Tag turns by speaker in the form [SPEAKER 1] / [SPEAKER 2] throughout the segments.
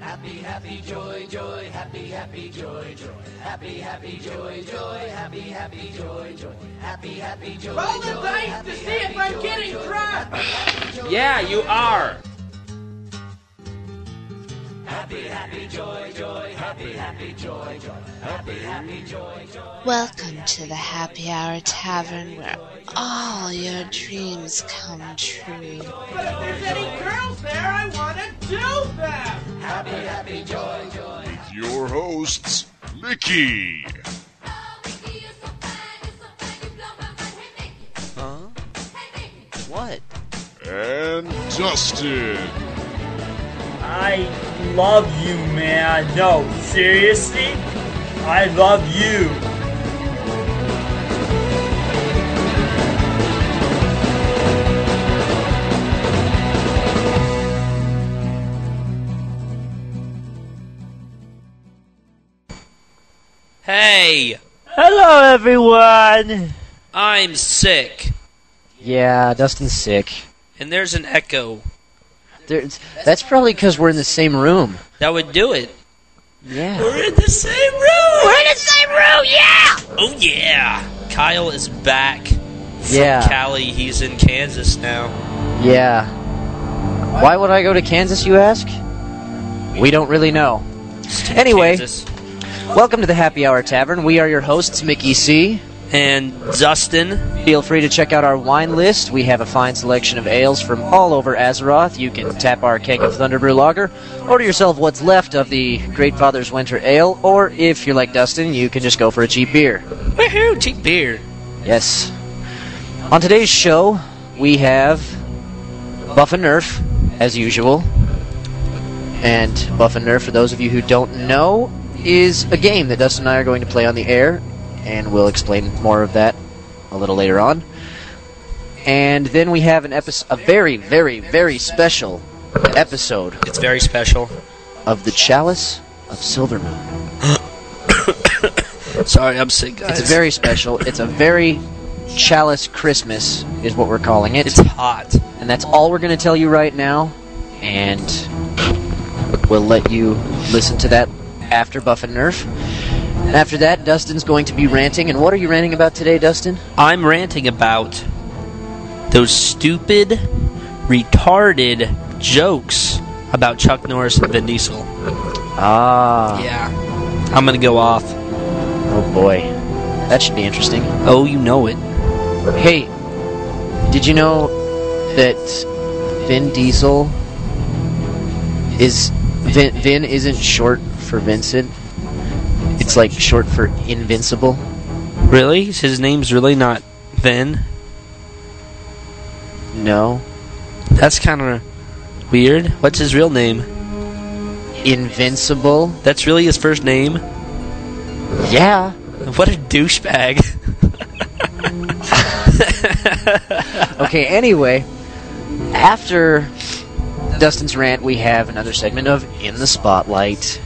[SPEAKER 1] Happy, happy, joy, joy, happy, happy, joy, joy. Happy, happy, joy, joy, happy, happy, joy, joy. Happy, happy, joy,
[SPEAKER 2] Roll the
[SPEAKER 1] joy,
[SPEAKER 2] dice
[SPEAKER 1] happy,
[SPEAKER 2] to see
[SPEAKER 1] happy,
[SPEAKER 2] if I'm
[SPEAKER 1] joy,
[SPEAKER 2] getting
[SPEAKER 1] joy.
[SPEAKER 2] drunk.
[SPEAKER 3] Yeah, you are.
[SPEAKER 1] Happy, happy, joy, joy, happy, happy, joy, joy. Happy, happy, joy, joy.
[SPEAKER 4] Welcome to the Happy Hour Tavern where all your dreams come true.
[SPEAKER 2] But if there's any girls there, I want to do them.
[SPEAKER 5] Your hosts, Mickey,
[SPEAKER 3] Huh? What?
[SPEAKER 5] and Dustin.
[SPEAKER 6] I love you, man. No, seriously? I love you.
[SPEAKER 3] Hey,
[SPEAKER 6] Hello, everyone.
[SPEAKER 3] I'm sick,
[SPEAKER 7] Yeah, Dustin's sick.
[SPEAKER 3] and there's an echo.
[SPEAKER 7] There's, that's probably because we're in the same room.
[SPEAKER 3] That would do it.
[SPEAKER 7] Yeah.
[SPEAKER 3] in the same room. We're in the same room. Yeah. Oh yeah. Kyle is back. From
[SPEAKER 7] Yeah.
[SPEAKER 3] Cali, he's in Kansas now.
[SPEAKER 7] Yeah. Why would I go to Kansas, you ask? We don't really know. Anyway,
[SPEAKER 3] Kansas.
[SPEAKER 7] welcome to the Happy Hour Tavern. We are your hosts, Mickey C.
[SPEAKER 3] And Dustin.
[SPEAKER 7] Feel free to check out our wine list. We have a fine selection of ales from all over Azeroth. You can tap our keg of Thunderbrew Lager, order yourself what's left of the Great Father's Winter Ale, or if you're like Dustin, you can just go for a cheap beer.
[SPEAKER 3] Woohoo! Cheap beer.
[SPEAKER 7] Yes. On today's show, we have Buff and Nerf, as usual. And Buff and Nerf, for those of you who don't know, is a game that Dustin and I are going to play on the air, and we'll explain more of that a little later on. And then we have an episode, a very, very, very special episode
[SPEAKER 3] It's very special.
[SPEAKER 7] of the Chalice of Silvermoon.
[SPEAKER 3] Sorry, I'm sick, guys.
[SPEAKER 7] It's very special. It's a very Chalice Christmas, is what we're calling it.
[SPEAKER 3] It's hot.
[SPEAKER 7] And that's all we're going to tell you right now. And we'll let you listen to that after Buff and Nerf. And after that, Dustin's going to be ranting. And what are you ranting about today, Dustin?
[SPEAKER 3] I'm ranting about those stupid, retarded jokes about Chuck Norris and Vin Diesel.
[SPEAKER 7] Ah,
[SPEAKER 3] Yeah. I'm gonna go off.
[SPEAKER 7] oh boy. That should be interesting.
[SPEAKER 3] Oh, you know it.
[SPEAKER 7] Hey, did you know that Vin Diesel is. Vin, Vin isn't short for Vincent? It's like short for invincible.
[SPEAKER 3] Really? His name's really not Vin?
[SPEAKER 7] No.
[SPEAKER 3] That's kinda weird. What's his real name?
[SPEAKER 7] Invincible?
[SPEAKER 3] That's really his first name?
[SPEAKER 7] Yeah.
[SPEAKER 3] What a douchebag.
[SPEAKER 7] Okay, anyway, after Dustin's rant, we have another segment of In the Spotlight.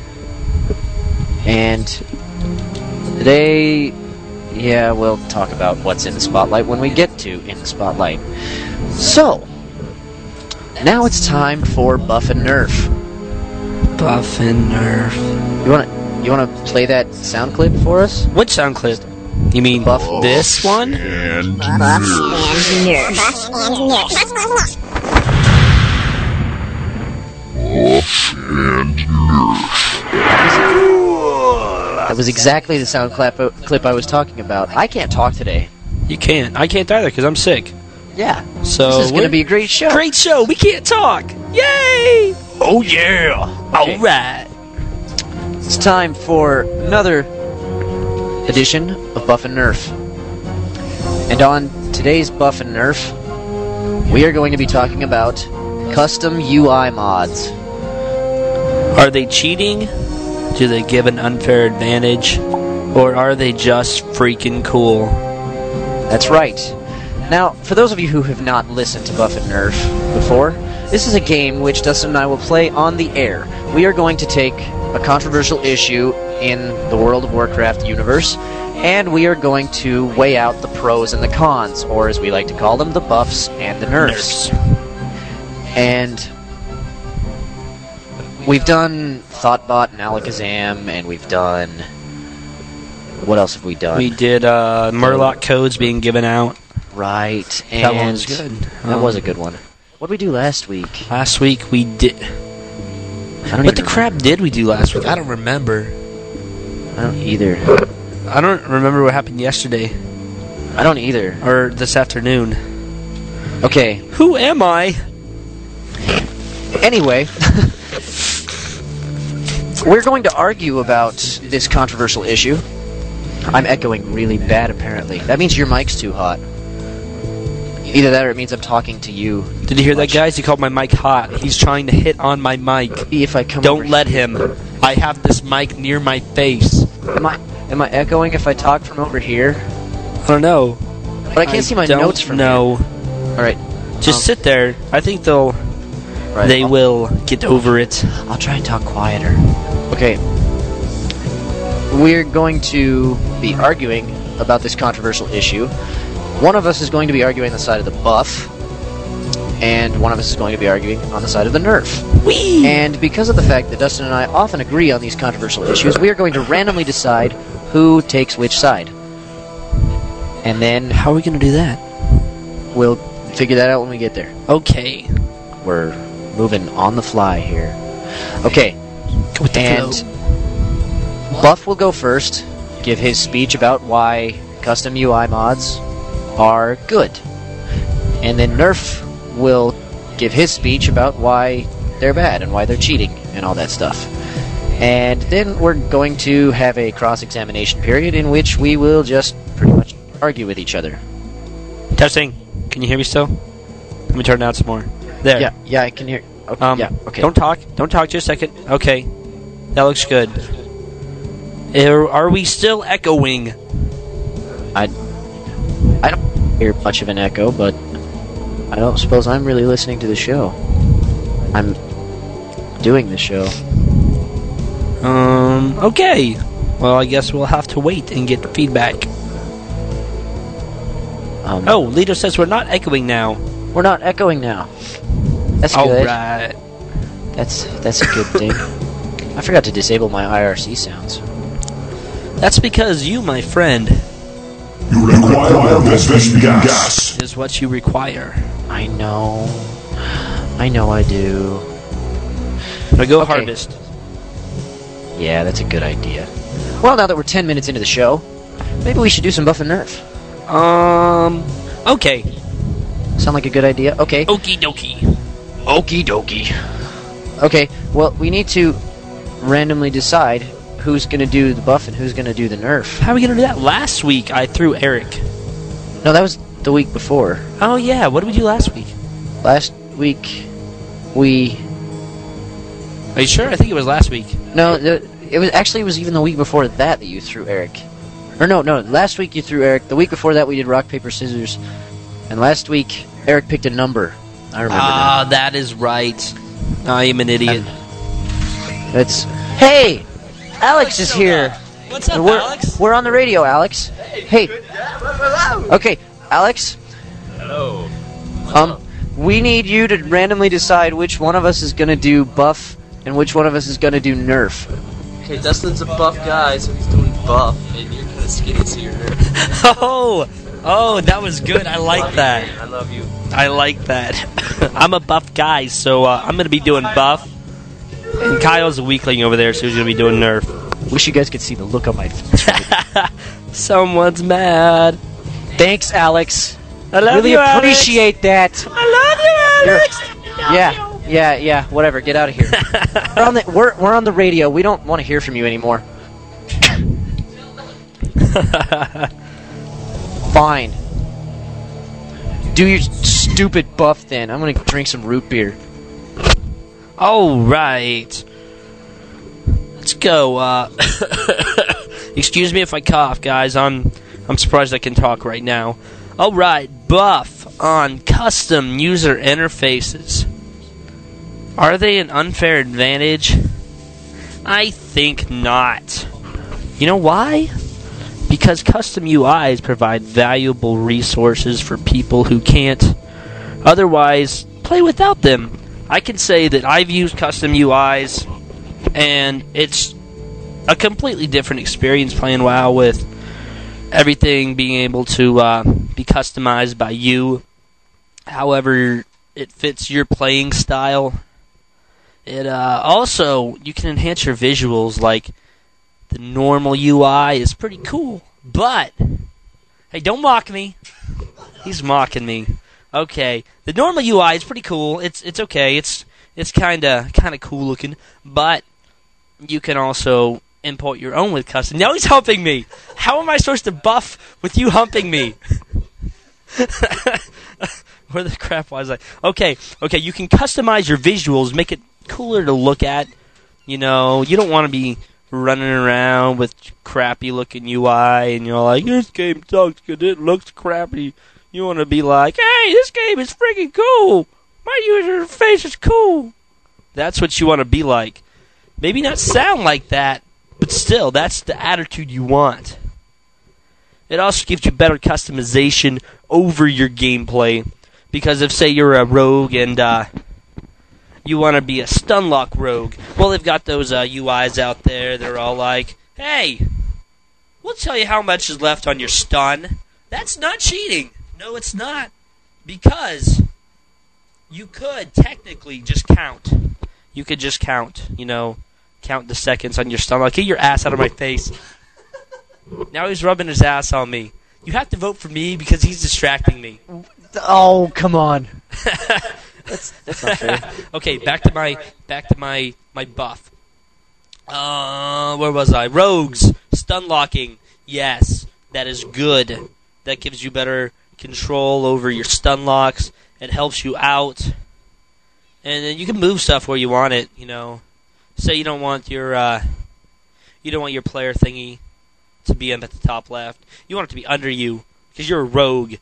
[SPEAKER 7] And today, yeah, we'll talk about what's in the spotlight when we get to In the Spotlight. So, now it's time for Buff and Nerf.
[SPEAKER 3] Buff and Nerf.
[SPEAKER 7] You want to you want to play that sound clip for us?
[SPEAKER 3] What sound clip? You mean
[SPEAKER 7] Buff.
[SPEAKER 3] this one?
[SPEAKER 5] And Nerf. Buff and Nerf.
[SPEAKER 7] That was exactly the sound clap, uh, clip I was talking about. I can't talk today.
[SPEAKER 3] You can't. I can't either because I'm sick.
[SPEAKER 7] Yeah.
[SPEAKER 3] So
[SPEAKER 7] this is going to
[SPEAKER 3] we're-
[SPEAKER 7] be a great show.
[SPEAKER 3] Great show. We can't talk. Yay!
[SPEAKER 7] Oh yeah.
[SPEAKER 3] All right.
[SPEAKER 7] It's time for another edition of Buff and Nerf. And on today's Buff and Nerf, we are going to be talking about custom UI mods.
[SPEAKER 3] Are they cheating? Do they give an unfair advantage? Or are they just freaking cool?
[SPEAKER 7] That's right. Now, for those of you who have not listened to Buff and Nerf before, this is a game which Dustin and I will play on the air. We are going to take a controversial issue in the World of Warcraft universe, and we are going to weigh out the pros and the cons, or as we like to call them, the buffs and the nerfs. And We've done Thoughtbot and Alakazam, and we've done. What else have we done?
[SPEAKER 3] We did uh, Murloc codes being given out.
[SPEAKER 7] right. And
[SPEAKER 3] That one was good.
[SPEAKER 7] That
[SPEAKER 3] Um,
[SPEAKER 7] was a good one. What did we do last week?
[SPEAKER 3] Last week we did.
[SPEAKER 7] I don't
[SPEAKER 3] What the
[SPEAKER 7] even-
[SPEAKER 3] crap did we do last week? I don't remember.
[SPEAKER 7] I don't either.
[SPEAKER 3] I don't remember what happened yesterday
[SPEAKER 7] I don't either.
[SPEAKER 3] or this afternoon.
[SPEAKER 7] Okay.
[SPEAKER 3] Who am I?
[SPEAKER 7] Anyway, we're going to argue about this controversial issue. I'm echoing really bad, apparently. That means your mic's too hot. Either that or it means I'm talking to you.
[SPEAKER 3] Did you hear that, guys? He called my mic hot. He's trying to hit on my mic.
[SPEAKER 7] If I come
[SPEAKER 3] Don't
[SPEAKER 7] over-
[SPEAKER 3] let him. I have this mic near my face.
[SPEAKER 7] Am I, am I echoing if I talk from over here?
[SPEAKER 3] I don't know.
[SPEAKER 7] But I can't see my
[SPEAKER 3] don't
[SPEAKER 7] notes from
[SPEAKER 3] know.
[SPEAKER 7] here. All right.
[SPEAKER 3] Just
[SPEAKER 7] Um,
[SPEAKER 3] sit there. I think they'll
[SPEAKER 7] right.
[SPEAKER 3] they
[SPEAKER 7] I'll-
[SPEAKER 3] will get over it.
[SPEAKER 7] I'll try and talk quieter. Okay. We're going to be arguing about this controversial issue. One of us is going to be arguing on the side of the buff, and one of us is going to be arguing on the side of the nerf.
[SPEAKER 3] Whee!
[SPEAKER 7] And because of the fact that Dustin and I often agree on these controversial issues, we are going to randomly decide who takes which side. And then
[SPEAKER 3] How are we gonna do that?
[SPEAKER 7] we'll figure that out when we get there.
[SPEAKER 3] Okay.
[SPEAKER 7] We're moving on the fly here. Okay,
[SPEAKER 3] Go with the
[SPEAKER 7] and
[SPEAKER 3] flow.
[SPEAKER 7] Buff will go first, give his speech about why custom UI mods are good. And then Nerf will give his speech about why they're bad and why they're cheating and all that stuff. And then we're going to have a cross examination period in which we will just pretty much argue with each other.
[SPEAKER 3] Testing. Can you hear me still? Let me turn down some more. There.
[SPEAKER 7] Yeah, yeah, I can hear. Okay,
[SPEAKER 3] Um,
[SPEAKER 7] yeah, okay.
[SPEAKER 3] Don't talk. Don't talk. Just a second. Okay. That looks good. Are are we still echoing?
[SPEAKER 7] I don't hear much of an echo, but I don't suppose I'm really listening to the show. I'm doing the show.
[SPEAKER 3] Um. Okay. Well, I guess we'll have to wait and get feedback.
[SPEAKER 7] Um,
[SPEAKER 3] Oh, Lito says we're not echoing now.
[SPEAKER 7] we're not echoing now. That's
[SPEAKER 3] All
[SPEAKER 7] good.
[SPEAKER 3] right.
[SPEAKER 7] That's that's a good thing. I forgot to disable my IRC sounds.
[SPEAKER 3] That's because you, my friend,
[SPEAKER 5] You require transmission gas.
[SPEAKER 3] is what you require.
[SPEAKER 7] I know. I know I do.
[SPEAKER 3] Now go
[SPEAKER 7] Okay.
[SPEAKER 3] harvest.
[SPEAKER 7] Yeah, that's a good idea. Well, now that we're 10 minutes into the show, maybe we should do some buff and nerf.
[SPEAKER 3] Um. Okay.
[SPEAKER 7] Sound like a good idea? Okay.
[SPEAKER 3] Okie dokie.
[SPEAKER 7] Okie dokie. Okay, well, we need to randomly decide who's gonna do the buff and who's gonna do the nerf.
[SPEAKER 3] How are we gonna do that? Last week I threw Eric.
[SPEAKER 7] No, that was the week before.
[SPEAKER 3] Oh yeah. What did we do last week?
[SPEAKER 7] Last week, we.
[SPEAKER 3] Are you sure? I think it was last week.
[SPEAKER 7] No, the, it was actually it was even the week before that that you threw Eric. Or no, no, last week you threw Eric. The week before that we did rock paper scissors, and last week Eric picked a number. I remember now.
[SPEAKER 3] Ah, that is right. I am an idiot.
[SPEAKER 7] That's hey, Alex is here.
[SPEAKER 3] What's up,
[SPEAKER 7] we're, We're on the radio, Alex. Hey. Okay, Alex. Hello. Um, we need you to randomly decide which one of us is gonna do buff and which one of us is gonna do nerf.
[SPEAKER 8] Okay, Dustin's a buff guy, so he's doing buff, and you're kind of skinny, so you're nerf.
[SPEAKER 3] Oh, oh, that was good. I like that.
[SPEAKER 8] I love you.
[SPEAKER 3] I like that. I'm a buff guy, so uh, I'm gonna be doing buff. And Kyle's a weakling over there, so he's gonna be doing nerf.
[SPEAKER 7] Wish you guys could see the look on my face.
[SPEAKER 3] Someone's mad.
[SPEAKER 7] Thanks, Alex.
[SPEAKER 3] I love
[SPEAKER 7] really
[SPEAKER 3] you,
[SPEAKER 7] appreciate that.
[SPEAKER 3] I
[SPEAKER 7] You're- yeah, yeah, yeah. Whatever. Get out of here.
[SPEAKER 3] love you, Alex.
[SPEAKER 7] we're on the we're, we're on the radio. We don't want to hear from you anymore. Fine. Do your stupid buff then. I'm gonna drink some root beer.
[SPEAKER 3] All right. Let's go. Uh, excuse me if I cough, guys. I'm I'm surprised I can talk right now. All right, buff on custom user interfaces. Are they an unfair advantage? I think not. You know why? Because custom UIs provide valuable resources for people who can't otherwise play without them. I can say that I've used custom UIs and it's a completely different experience playing WoW with everything being able to uh, be customized by you, however it fits your playing style. It uh, also you can enhance your visuals like the normal UI is pretty cool, but hey, don't mock me. He's mocking me. Okay, the normal UI is pretty cool. It's it's okay. It's it's kind of kind of cool looking, but you can also import your own with custom. Now he's humping me. How am I supposed to buff with you humping me? Where the crap was I? Okay, okay, you can customize your visuals, make it cooler to look at. You know, you don't want to be running around with crappy looking UI and you're like, this game sucks 'cause it looks crappy. You want to be like, hey, this game is freaking cool. My user interface is cool. That's what you want to be like. Maybe not sound like that, but still, that's the attitude you want. It also gives you better customization over your gameplay. Because if, say, you're a rogue and uh, you want to be a stunlock rogue, well, they've got those uh, UIs out there. They're all like, hey, we'll tell you how much is left on your stun. That's not cheating. No, it's not. Because you could technically just count. You could just count, you know, count the seconds on your stomach. Get your ass out of my face. Now he's rubbing his ass on me. You have to vote for me because he's distracting me.
[SPEAKER 7] Oh, come on.
[SPEAKER 3] okay, back to my back to my my buff. Uh, where was I? Rogues stun locking. Yes, that is good. That gives you better control over your stun locks. It helps you out, and then you can move stuff where you want it. You know, say you don't want your uh, you don't want your player thingy to be up at the top left. You want it to be under you because you're a rogue,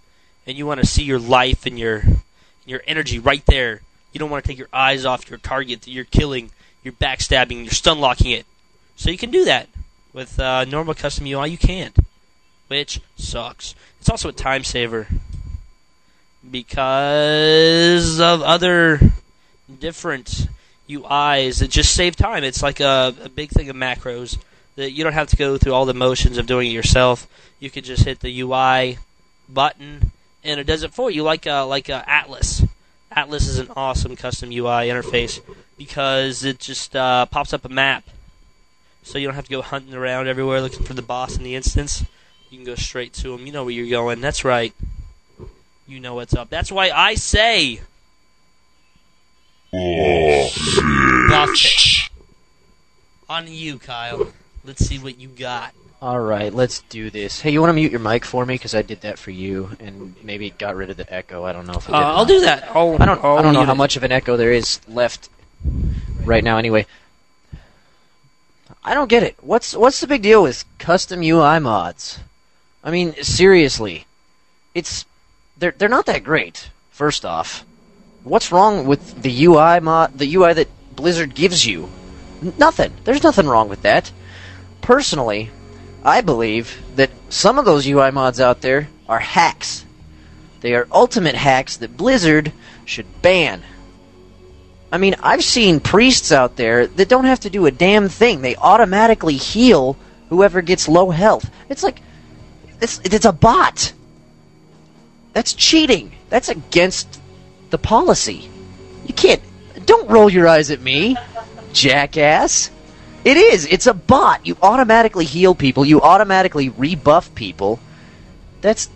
[SPEAKER 3] and you want to see your life and your your energy right there. You don't want to take your eyes off your target that you're killing. You're backstabbing. You're stun locking it. So you can do that with uh, normal custom UI. You can't, which sucks. It's also a time saver because of other different UIs that just save time. It's like a, a big thing of macros that you don't have to go through all the motions of doing it yourself. You can just hit the UI button and it does it for you, like uh, like uh, Atlas. Atlas is an awesome custom UI interface because it just uh, pops up a map, so you don't have to go hunting around everywhere looking for the boss in the instance. You can go straight to him. You know where you're going. That's right. You know what's up. That's why I say. Buff it. On you, Kyle. Let's see what you got.
[SPEAKER 7] All right, let's do this. Hey, you want to mute your mic for me? Because I did that for you, and maybe it got rid of the echo. I don't know if it
[SPEAKER 3] Uh,
[SPEAKER 7] did. or
[SPEAKER 3] I'll
[SPEAKER 7] not.
[SPEAKER 3] do that. I'll,
[SPEAKER 7] I don't.
[SPEAKER 3] I'll
[SPEAKER 7] I don't know
[SPEAKER 3] mute
[SPEAKER 7] how
[SPEAKER 3] it.
[SPEAKER 7] much of an echo there is left right now. Anyway, I don't get it. What's What's the big deal with custom UI mods? I mean, seriously, it's they're they're not that great. First off, what's wrong with the UI mod? The UI that Blizzard gives you? N- Nothing. There's nothing wrong with that. Personally, I believe that some of those UI mods out there are hacks they are ultimate hacks that Blizzard should ban. I mean, I've seen priests out there that don't have to do a damn thing. They automatically heal whoever gets low health. It's like it's it's a bot. That's cheating. That's against the policy. You can't don't roll your eyes at me, jackass. It is. It's a bot. You automatically heal people. You automatically rebuff people. That's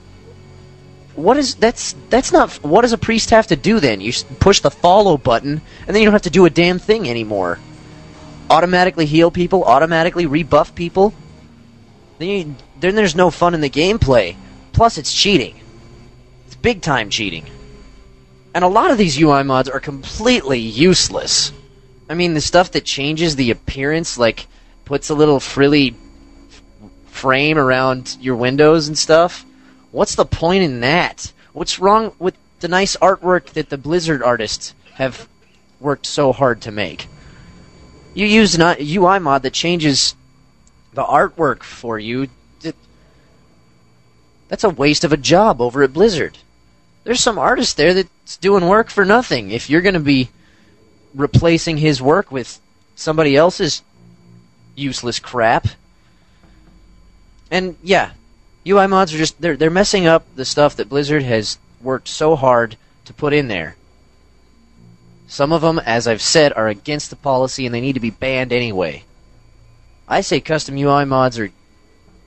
[SPEAKER 7] what is that's that's not what does a priest have to do then you s- push the follow button and then you don't have to do a damn thing anymore automatically heal people automatically rebuff people then you, then there's no fun in the gameplay plus it's cheating it's big time cheating and a lot of these ui mods are completely useless i mean the stuff that changes the appearance like puts a little frilly frame around your windows and stuff. What's the point in that? What's wrong with the nice artwork that the Blizzard artists have worked so hard to make? You use not UI mod that changes the artwork for you. Th- That's a waste of a job over at Blizzard. There's some artist there that's doing work for nothing. If you're going to be replacing his work with somebody else's useless crap. And yeah, UI mods are just they're they're messing up the stuff that Blizzard has worked so hard to put in there. Some of them, as I've said, are against the policy and they need to be banned anyway. I say custom UI mods are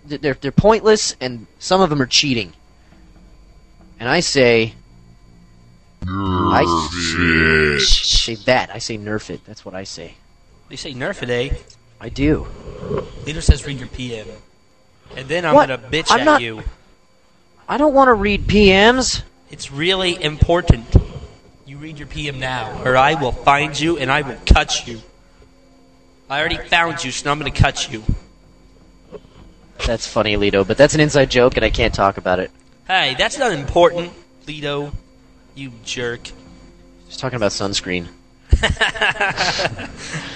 [SPEAKER 7] th- they're they're pointless and some of them are cheating. And I say I say that. I say nerf it. That's what I say.
[SPEAKER 3] They say nerf it, eh?
[SPEAKER 7] I do.
[SPEAKER 3] Leader says read your PM. And then I'm
[SPEAKER 7] What?
[SPEAKER 3] gonna bitch
[SPEAKER 7] I'm
[SPEAKER 3] at
[SPEAKER 7] not-
[SPEAKER 3] you.
[SPEAKER 7] I don't want to read PMs.
[SPEAKER 3] It's really important. You read your PM now, or I will find you and I will cut you. I already found you, so now I'm gonna cut you.
[SPEAKER 7] That's funny, Lito, but that's an inside joke, and I can't talk about it.
[SPEAKER 3] Hey, that's not important, Lito. You jerk.
[SPEAKER 7] Just talking about sunscreen.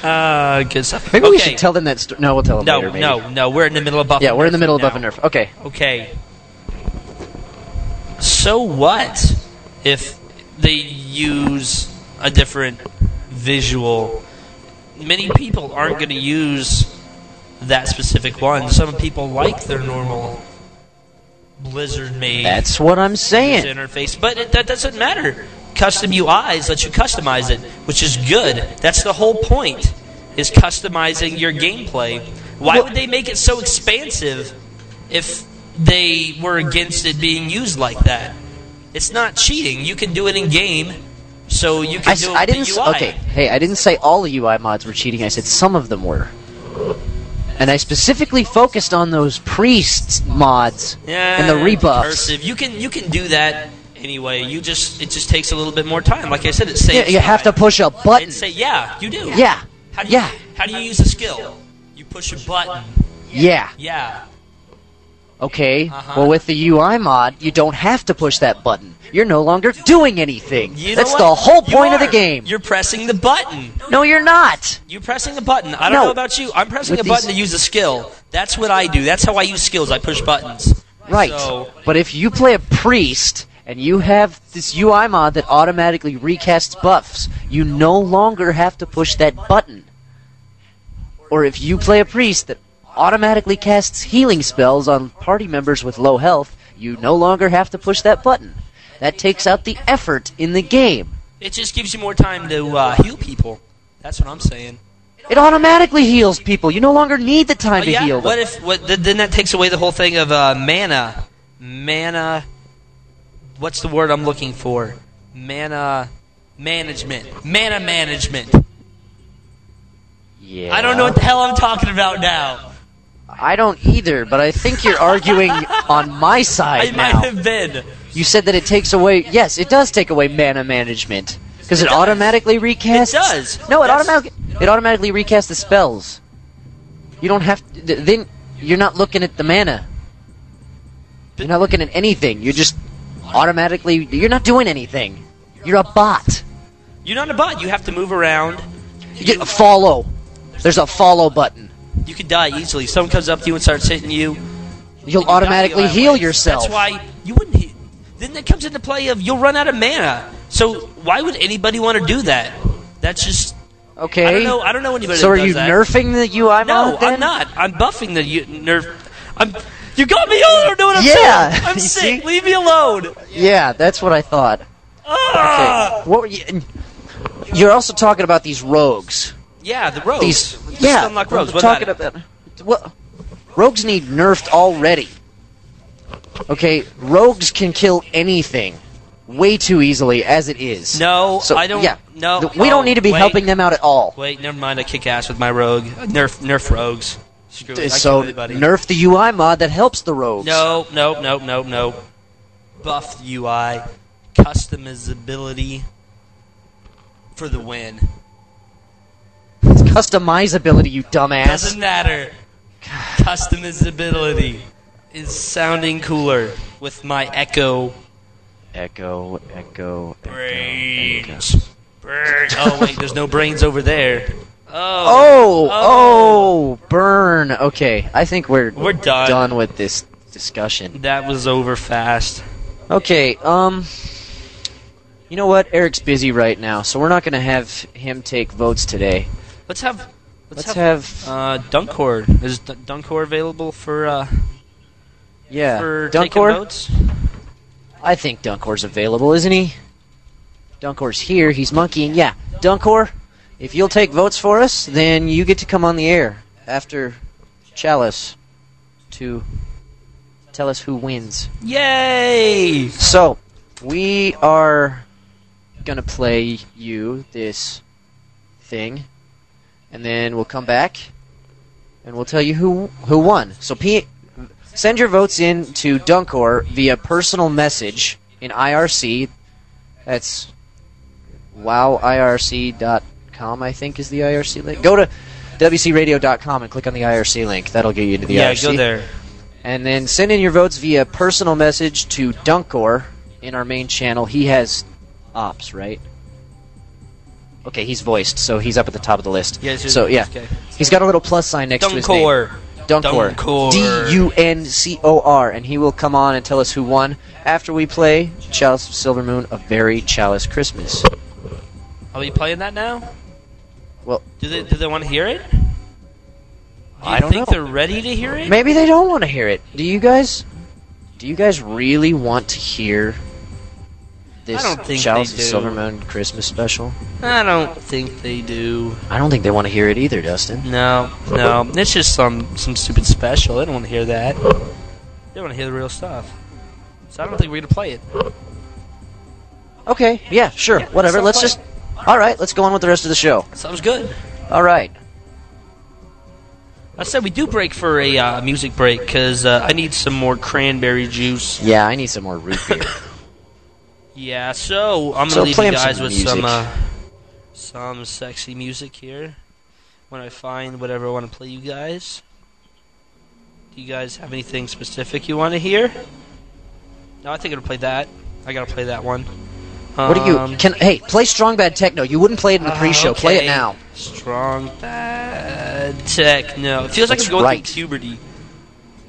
[SPEAKER 3] Uh, good stuff.
[SPEAKER 7] Maybe
[SPEAKER 3] okay.
[SPEAKER 7] we should tell them that. St- no, we'll tell them
[SPEAKER 3] No,
[SPEAKER 7] later. Maybe.
[SPEAKER 3] no, no. We're in the middle of buff.
[SPEAKER 7] Yeah, we're in the middle of
[SPEAKER 3] now.
[SPEAKER 7] buff and nerf. Okay.
[SPEAKER 3] Okay. So what if they use a different visual? Many people aren't going to use that specific one. Some people like their normal Blizzard made
[SPEAKER 7] That's what I'm saying.
[SPEAKER 3] interface, but it, that doesn't matter. Custom UIs lets you customize it, which is good. That's the whole point, is customizing your gameplay. Why would they make it so expansive if they were against it being used like that? It's not cheating. You can do it in game, so you
[SPEAKER 7] I,
[SPEAKER 3] can
[SPEAKER 7] s-
[SPEAKER 3] do it
[SPEAKER 7] I
[SPEAKER 3] with
[SPEAKER 7] didn't.
[SPEAKER 3] the
[SPEAKER 7] s-
[SPEAKER 3] UI.
[SPEAKER 7] Okay. Hey, I didn't say all the UI mods were cheating. I said some of them were. And I specifically focused on those priest mods
[SPEAKER 3] Yeah,
[SPEAKER 7] and the rebuffs.
[SPEAKER 3] Cursive. You can you can do that anyway. You just it just takes a little bit more time. Like I said, it
[SPEAKER 7] You,
[SPEAKER 3] saves.
[SPEAKER 7] you have to
[SPEAKER 3] time.
[SPEAKER 7] push a button.
[SPEAKER 3] And say yeah, you do.
[SPEAKER 7] Yeah.
[SPEAKER 3] How do you,
[SPEAKER 7] Yeah.
[SPEAKER 3] How do you use a skill? You push a button.
[SPEAKER 7] Yeah.
[SPEAKER 3] Yeah.
[SPEAKER 7] Okay.
[SPEAKER 3] Uh-huh.
[SPEAKER 7] Well, with the UI mod, you don't have to push that button. You're no longer doing anything.
[SPEAKER 3] You know
[SPEAKER 7] That's
[SPEAKER 3] what?
[SPEAKER 7] the whole
[SPEAKER 3] You
[SPEAKER 7] point of the
[SPEAKER 3] are.
[SPEAKER 7] game.
[SPEAKER 3] You're pressing the button.
[SPEAKER 7] no, you're not.
[SPEAKER 3] You're pressing the button. I don't
[SPEAKER 7] No.
[SPEAKER 3] know about you. I'm pressing
[SPEAKER 7] With
[SPEAKER 3] a button
[SPEAKER 7] these-
[SPEAKER 3] to use a skill. That's what I do. That's how I use skills. I push buttons.
[SPEAKER 7] Right.
[SPEAKER 3] So-
[SPEAKER 7] But if you play a priest and you have this UI mod that automatically recasts buffs, you no longer have to push that button. Or if you play a priest that automatically casts healing spells on party members with low health, you no longer have to push that button. That takes out the effort in the game.
[SPEAKER 3] It just gives you more time to uh, heal people. That's what I'm saying.
[SPEAKER 7] It automatically heals people. You no longer need the time
[SPEAKER 3] But
[SPEAKER 7] to
[SPEAKER 3] yeah.
[SPEAKER 7] heal
[SPEAKER 3] what
[SPEAKER 7] them.
[SPEAKER 3] if? What, th- then that takes away the whole thing of uh, mana. Mana. What's the word I'm looking for? Mana management. Mana management.
[SPEAKER 7] Yeah.
[SPEAKER 3] I don't know what the hell I'm talking about now.
[SPEAKER 7] I don't either, but I think you're arguing on my
[SPEAKER 3] I
[SPEAKER 7] side
[SPEAKER 3] might
[SPEAKER 7] now.
[SPEAKER 3] have been.
[SPEAKER 7] You said that it takes away. Yes, it does take away mana management because it,
[SPEAKER 3] does.
[SPEAKER 7] automatically recasts.
[SPEAKER 3] It does.
[SPEAKER 7] No, it
[SPEAKER 3] That's-
[SPEAKER 7] automatically it automatically recasts the spells. You don't have to, th- then. You're not looking at the mana. You're not looking at anything. You're just automatically. You're not doing anything. You're a bot.
[SPEAKER 3] You're not a bot. You have to move around.
[SPEAKER 7] You get a follow. There's a follow button.
[SPEAKER 3] You could die easily. Someone comes up to you and starts hitting you.
[SPEAKER 7] You'll
[SPEAKER 3] die
[SPEAKER 7] automatically
[SPEAKER 3] that
[SPEAKER 7] heal
[SPEAKER 3] way.
[SPEAKER 7] yourself.
[SPEAKER 3] That's why you wouldn't. He- then that comes into play of you'll run out of mana. So why would anybody want to do that? That's just.
[SPEAKER 7] Okay.
[SPEAKER 3] I don't know. I don't know anybody.
[SPEAKER 7] so
[SPEAKER 3] that
[SPEAKER 7] are
[SPEAKER 3] does
[SPEAKER 7] you
[SPEAKER 3] that.
[SPEAKER 7] nerfing the
[SPEAKER 3] No,
[SPEAKER 7] UI mod?
[SPEAKER 3] I'm
[SPEAKER 7] then?
[SPEAKER 3] not. I'm buffing the u- nerf. I'm. You got me. I don't know what I'm
[SPEAKER 7] Yeah,
[SPEAKER 3] saying. I'm
[SPEAKER 7] you
[SPEAKER 3] sick.
[SPEAKER 7] see?
[SPEAKER 3] Leave me alone.
[SPEAKER 7] Yeah, that's what I thought.
[SPEAKER 3] Ah!
[SPEAKER 7] What were you? and You're also talking about these rogues.
[SPEAKER 3] Yeah, the rogues.
[SPEAKER 7] These
[SPEAKER 3] Just
[SPEAKER 7] yeah.
[SPEAKER 3] unlock
[SPEAKER 7] we're
[SPEAKER 3] rogues. What
[SPEAKER 7] talking
[SPEAKER 3] about it?
[SPEAKER 7] about well, rogues need nerfed already. Okay, rogues can kill anything way too easily as it is.
[SPEAKER 3] No,
[SPEAKER 7] so,
[SPEAKER 3] I don't-
[SPEAKER 7] Yeah,
[SPEAKER 3] no,
[SPEAKER 7] th- we
[SPEAKER 3] oh,
[SPEAKER 7] don't need to be
[SPEAKER 3] wait.
[SPEAKER 7] helping them out at all.
[SPEAKER 3] Wait, never mind. I kick ass with my rogue. Nerf, nerf rogues. Screw it. I
[SPEAKER 7] so
[SPEAKER 3] kill everybody.
[SPEAKER 7] nerf the UI mod that helps the rogues.
[SPEAKER 3] No, no, no, no, no. Buff UI, customizability for the win.
[SPEAKER 7] it's customizability, you dumbass.
[SPEAKER 3] Doesn't matter. Customizability is sounding cooler with my Echo
[SPEAKER 7] Echo, echo,
[SPEAKER 3] brains. Brain. Oh wait, there's no brains over there. Oh,
[SPEAKER 7] Oh, oh, burn. Okay, I think we're
[SPEAKER 3] We're done.
[SPEAKER 7] done with this discussion.
[SPEAKER 3] that was over fast.
[SPEAKER 7] Okay, um, you know what? Eric's busy right now, so we're not gonna have him take votes today.
[SPEAKER 3] Let's have
[SPEAKER 7] Let's, have,
[SPEAKER 3] Uh, Dunkor. Is D- Dunkor available for uh
[SPEAKER 7] yeah,
[SPEAKER 3] for taking
[SPEAKER 7] Dunkor.
[SPEAKER 3] votes?
[SPEAKER 7] I think Dunkor's available, isn't he? Dunkor's here. He's monkeying. Yeah, Dunkor. If you'll take votes for us, then you get to come on the air after Chalice to tell us who wins.
[SPEAKER 3] Yay!
[SPEAKER 7] So, we are gonna play you this thing, and then we'll come back and we'll tell you who who won. So, P- send your votes in to Dunkor via personal message in IRC. That's wowirc.com, I think, is the IRC link. Go to wcradio.com and click on the IRC link. That'll get you to the
[SPEAKER 3] Yeah,
[SPEAKER 7] IRC
[SPEAKER 3] go there.
[SPEAKER 7] and then send in your votes via personal message to Dunkor in our main channel. He has ops, right? Okay, he's voiced, so he's up at the top of the list.
[SPEAKER 3] Yeah, it's just-
[SPEAKER 7] so yeah,
[SPEAKER 3] okay.
[SPEAKER 7] he's got a little plus sign next to his name.
[SPEAKER 3] Dunkor.
[SPEAKER 7] Dunkor.
[SPEAKER 3] Dunkor.
[SPEAKER 7] D U N C O R, and he will come on and tell us who won after we play Chalice of Silver Moon, a very Chalice Christmas.
[SPEAKER 3] Are we playing that now?
[SPEAKER 7] Well-
[SPEAKER 3] do they do they want to hear it? Do you
[SPEAKER 7] I don't
[SPEAKER 3] think
[SPEAKER 7] know.
[SPEAKER 3] they're ready to hear it?
[SPEAKER 7] Maybe they don't want to hear it. Do you guys? Do you guys really want to hear this
[SPEAKER 3] I don't think
[SPEAKER 7] Chalice
[SPEAKER 3] they
[SPEAKER 7] of
[SPEAKER 3] do.
[SPEAKER 7] Silver Moon Christmas special?
[SPEAKER 3] I don't think they do.
[SPEAKER 7] I don't think they want to hear it either, Dustin.
[SPEAKER 3] No, no. It's just some some stupid special. They don't want to hear that. They want to hear the real stuff. So I don't think we're gonna play it.
[SPEAKER 7] Okay, yeah, sure, whatever. Let's just. All right, let's go on with the rest of the show.
[SPEAKER 3] Sounds good.
[SPEAKER 7] All right.
[SPEAKER 3] I said we do break for a uh, music break because uh, I need some more cranberry juice.
[SPEAKER 7] Yeah, I need some more root beer.
[SPEAKER 3] Yeah, so I'm gonna
[SPEAKER 7] So
[SPEAKER 3] leave
[SPEAKER 7] play
[SPEAKER 3] you
[SPEAKER 7] 'em some
[SPEAKER 3] guys with
[SPEAKER 7] music.
[SPEAKER 3] some uh, some sexy music here. When I find whatever I want to play you guys. Do you guys have anything specific you want to hear? No, I think I'm gonna play that. I gotta play that one.
[SPEAKER 7] what do
[SPEAKER 3] Um,
[SPEAKER 7] you can? Hey, play Strong Bad Techno. You wouldn't play it in the pre-show. Play it
[SPEAKER 3] okay.
[SPEAKER 7] now.
[SPEAKER 3] Strong bad techno. It feels like
[SPEAKER 7] That's
[SPEAKER 3] I'm going
[SPEAKER 7] right.
[SPEAKER 3] through puberty.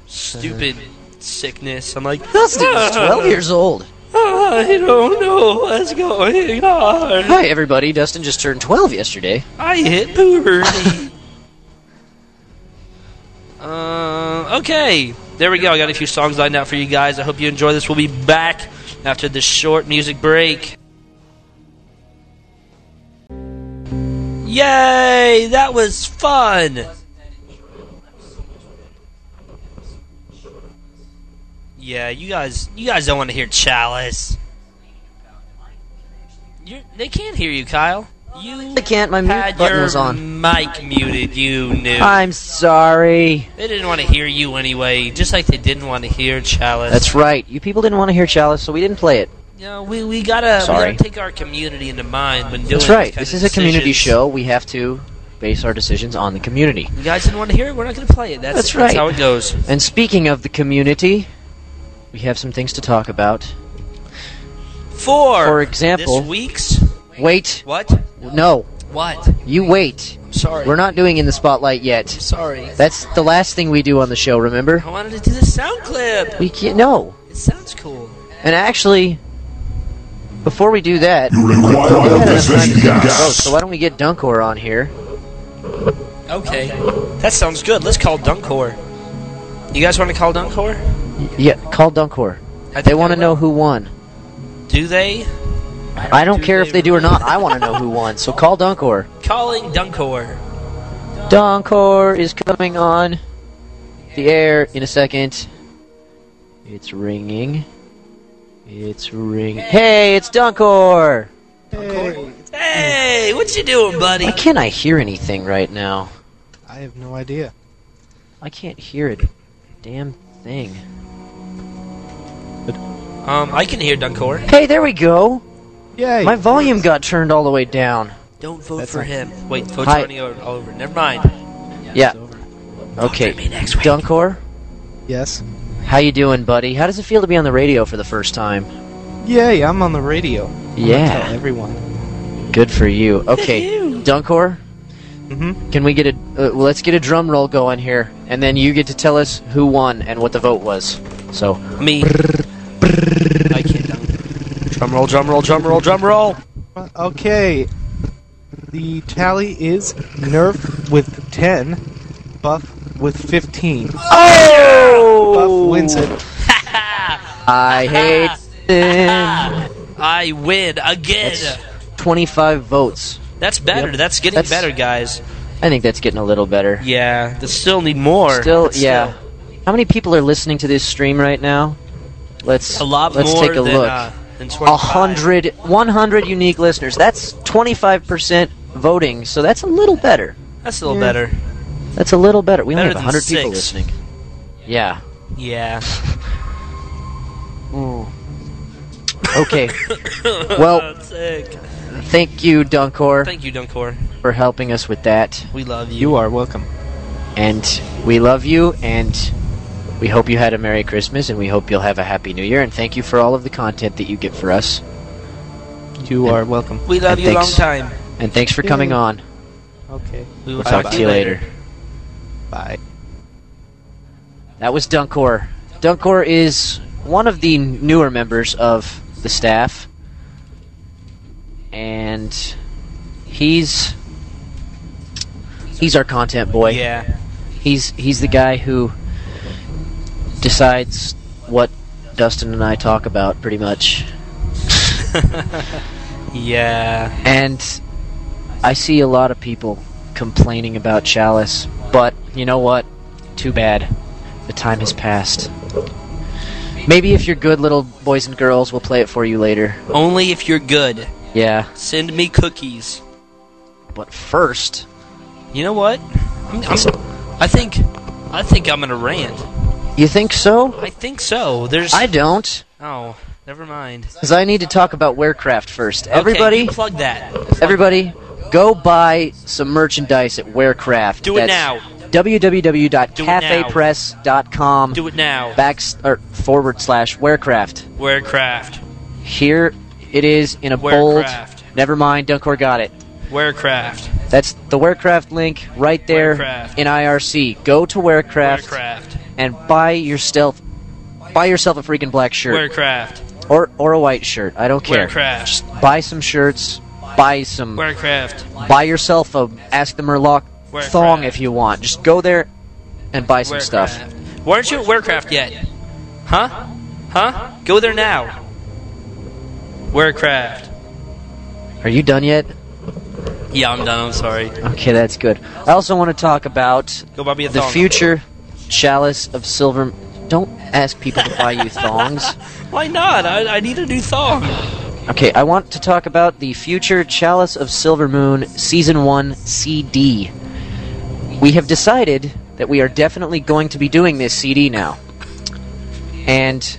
[SPEAKER 3] Stupid sickness. I'm like, "Ah,
[SPEAKER 7] Dustin is 12 years old.
[SPEAKER 3] I don't know what's going on.
[SPEAKER 7] Hi, everybody. Dustin just turned 12 yesterday.
[SPEAKER 3] I hit puberty. uh, okay. There we go. I got a few songs lined out for you guys. I hope you enjoy this. We'll be back after this short music break. Yay! That was fun! Yeah, you guys, you guys don't want to hear Chalice. You're, they can't hear you, Kyle. You
[SPEAKER 7] I can't. My mute
[SPEAKER 3] had
[SPEAKER 7] button
[SPEAKER 3] your
[SPEAKER 7] was on.
[SPEAKER 3] mic muted, you knew.
[SPEAKER 7] I'm sorry.
[SPEAKER 3] They didn't want to hear you anyway, just like they didn't want to hear Chalice.
[SPEAKER 7] That's right. You people didn't want to hear Chalice, so we didn't play it.
[SPEAKER 3] You know, we, we, gotta, we
[SPEAKER 7] Sorry.
[SPEAKER 3] gotta take our community into mind when doing
[SPEAKER 7] That's right.
[SPEAKER 3] these kinds
[SPEAKER 7] This
[SPEAKER 3] of
[SPEAKER 7] is a community
[SPEAKER 3] decisions.
[SPEAKER 7] show. We have to base our decisions on the community.
[SPEAKER 3] You guys didn't want to hear it, we're not gonna play it. That's,
[SPEAKER 7] That's right.
[SPEAKER 3] how it goes.
[SPEAKER 7] And speaking of the community, we have some things to talk about.
[SPEAKER 3] For,
[SPEAKER 7] For example-
[SPEAKER 3] this week's.
[SPEAKER 7] Wait.
[SPEAKER 3] What?
[SPEAKER 7] No.
[SPEAKER 3] What?
[SPEAKER 7] You wait.
[SPEAKER 3] I'm sorry.
[SPEAKER 7] We're not doing in the spotlight yet.
[SPEAKER 3] Sorry.
[SPEAKER 7] That's the last thing we do on the show, remember?
[SPEAKER 3] I wanted to do the sound clip.
[SPEAKER 7] We can't. No.
[SPEAKER 3] It sounds cool.
[SPEAKER 7] And actually, before we do that,
[SPEAKER 5] You require
[SPEAKER 7] we had enough time to
[SPEAKER 5] investigating
[SPEAKER 7] get votes,
[SPEAKER 5] gas.
[SPEAKER 7] Oh, so why don't we get Dunkor on here?
[SPEAKER 3] Okay. That sounds good. Let's call Dunkor. You guys want to call Dunkor?
[SPEAKER 7] Yeah, call Dunkor.
[SPEAKER 3] I
[SPEAKER 7] They
[SPEAKER 3] think
[SPEAKER 7] want
[SPEAKER 3] I
[SPEAKER 7] to know
[SPEAKER 3] will.
[SPEAKER 7] who won.
[SPEAKER 3] Do they?
[SPEAKER 7] I don't
[SPEAKER 3] Do
[SPEAKER 7] care if
[SPEAKER 3] they
[SPEAKER 7] they do or
[SPEAKER 3] really?
[SPEAKER 7] not. I want to know who won. So call Dunkor.
[SPEAKER 3] Calling Dunkor.
[SPEAKER 7] Dunkor is coming on the air in a second. It's ringing. It's ringing. Hey, it's Dunkor.
[SPEAKER 3] Hey, what you doing, buddy?
[SPEAKER 7] Why can't I hear anything right now?
[SPEAKER 9] I have no idea.
[SPEAKER 7] I can't hear it. Damn thing.
[SPEAKER 3] Um, I can hear Dunkor.
[SPEAKER 7] Hey, there we go.
[SPEAKER 9] Yay!
[SPEAKER 7] My volume got turned all the way down.
[SPEAKER 3] Don't vote
[SPEAKER 9] That's
[SPEAKER 3] for
[SPEAKER 9] all.
[SPEAKER 3] him. Wait, vote
[SPEAKER 7] Hi.
[SPEAKER 3] Tony over. over. Never mind.
[SPEAKER 7] Yeah.
[SPEAKER 3] Vote for me
[SPEAKER 7] Okay.
[SPEAKER 3] next week.
[SPEAKER 7] Dunkor,
[SPEAKER 9] yes.
[SPEAKER 7] how you doing, buddy? How does it feel to be on the radio for the first time?
[SPEAKER 9] Yay! I'm on the radio. I'm gonna
[SPEAKER 7] Yeah.
[SPEAKER 9] Tell everyone.
[SPEAKER 7] Good for you. Okay. Dunkor,
[SPEAKER 9] Mm-hmm.
[SPEAKER 7] can we get a uh, well, let's get a drum roll going here and then you get to tell us who won and what the vote was. So,
[SPEAKER 3] Me. I can't dunk. Drum roll, drum roll, drum roll, drum roll.
[SPEAKER 9] Okay. The tally is Nerf with 10, Buff with 15.
[SPEAKER 7] Oh!
[SPEAKER 9] Buff wins it.
[SPEAKER 7] I hate them.
[SPEAKER 3] I win again.
[SPEAKER 7] That's 25 votes.
[SPEAKER 3] That's better. That's getting
[SPEAKER 7] That's-
[SPEAKER 3] better, guys.
[SPEAKER 7] I think that's getting a little better.
[SPEAKER 3] Yeah, they still need more.
[SPEAKER 7] Still,
[SPEAKER 3] But
[SPEAKER 7] yeah. How many people are listening to this stream right now? Let's
[SPEAKER 3] a lot
[SPEAKER 7] let's
[SPEAKER 3] more
[SPEAKER 7] take a
[SPEAKER 3] than,
[SPEAKER 7] look.
[SPEAKER 3] Uh, than 25.
[SPEAKER 7] A hundred, 100 unique listeners. That's 25% voting, so that's a little better.
[SPEAKER 3] That's a little
[SPEAKER 9] Yeah.
[SPEAKER 3] better.
[SPEAKER 7] That's a little better. We only
[SPEAKER 3] Better
[SPEAKER 7] have
[SPEAKER 3] than
[SPEAKER 7] 100 people
[SPEAKER 3] six.
[SPEAKER 7] listening. Yeah.
[SPEAKER 3] Yeah.
[SPEAKER 7] Okay. well,
[SPEAKER 3] Sick.
[SPEAKER 7] thank you, Dunkor,
[SPEAKER 3] Thank you, Dunkor.
[SPEAKER 7] for helping us with that.
[SPEAKER 3] We love you.
[SPEAKER 9] You are welcome.
[SPEAKER 7] And we love you, and we hope you had a Merry Christmas, and we hope you'll have a Happy New Year, and thank you for all of the content that you get for us.
[SPEAKER 9] You are welcome.
[SPEAKER 3] We love
[SPEAKER 7] And
[SPEAKER 3] you
[SPEAKER 7] thanks.
[SPEAKER 3] long time.
[SPEAKER 7] And thanks for coming
[SPEAKER 9] Yay.
[SPEAKER 7] on.
[SPEAKER 9] Okay.
[SPEAKER 3] We will
[SPEAKER 7] We'll talk to you later.
[SPEAKER 9] Bye.
[SPEAKER 7] That was Dunkor. Dunkor is one of the newer members of the staff. And he's he's our content boy.
[SPEAKER 3] Yeah.
[SPEAKER 7] He's he's the guy who decides what Dustin and I talk about pretty much.
[SPEAKER 3] Yeah.
[SPEAKER 7] And I see a lot of people complaining about Chalice, but you know what? Too bad. The time has passed. Maybe if you're good little boys and girls, we'll play it for you later.
[SPEAKER 3] Only if you're good.
[SPEAKER 7] Yeah.
[SPEAKER 3] Send me cookies.
[SPEAKER 7] But first,
[SPEAKER 3] You know what? I'm, I'm, I think I think I'm gonna rant.
[SPEAKER 7] you think so?
[SPEAKER 3] I think so. There's
[SPEAKER 7] I don't,
[SPEAKER 3] oh, never mind.
[SPEAKER 7] because I need to talk about Warecraft first.
[SPEAKER 3] okay,
[SPEAKER 7] Everybody,
[SPEAKER 3] you plug that.
[SPEAKER 7] everybody, go buy some merchandise at Warecraft.
[SPEAKER 3] Do it now.
[SPEAKER 7] www.cafepress.com
[SPEAKER 3] Do it now.
[SPEAKER 7] back or forward slash Warecraft.
[SPEAKER 3] Warecraft.
[SPEAKER 7] Here it is in a
[SPEAKER 3] Warecraft.
[SPEAKER 7] bold. Never mind, Dunkor got it.
[SPEAKER 3] Warecraft.
[SPEAKER 7] That's the Warecraft link right there
[SPEAKER 3] Warecraft.
[SPEAKER 7] in IRC. Go to Warecraft,
[SPEAKER 3] Warecraft.
[SPEAKER 7] and buy yourself buy yourself a freaking black shirt
[SPEAKER 3] Warecraft.
[SPEAKER 7] or or a white shirt. I don't care.
[SPEAKER 3] Warecraft.
[SPEAKER 7] Buy some shirts. Buy some.
[SPEAKER 3] Warecraft.
[SPEAKER 7] Buy yourself a Ask the Murloc
[SPEAKER 3] Warecraft.
[SPEAKER 7] thong if you want. Just go there and buy some stuff.
[SPEAKER 3] Warecraft. Why aren't you at Warecraft yet? Huh? Huh? Go there now. Warecraft.
[SPEAKER 7] Are you done yet?
[SPEAKER 3] Yeah, I'm done. I'm sorry.
[SPEAKER 7] Okay, that's good. I also want to talk about
[SPEAKER 3] Go buy me a
[SPEAKER 7] the
[SPEAKER 3] thong.
[SPEAKER 7] future chalice of silver. Don't ask people to buy you thongs.
[SPEAKER 3] Why not? I, I need a new thong.
[SPEAKER 7] Okay, I want to talk about the future Chalice of Silver Moon Season 1 CD. We have decided that we are definitely going to be doing this CD now. And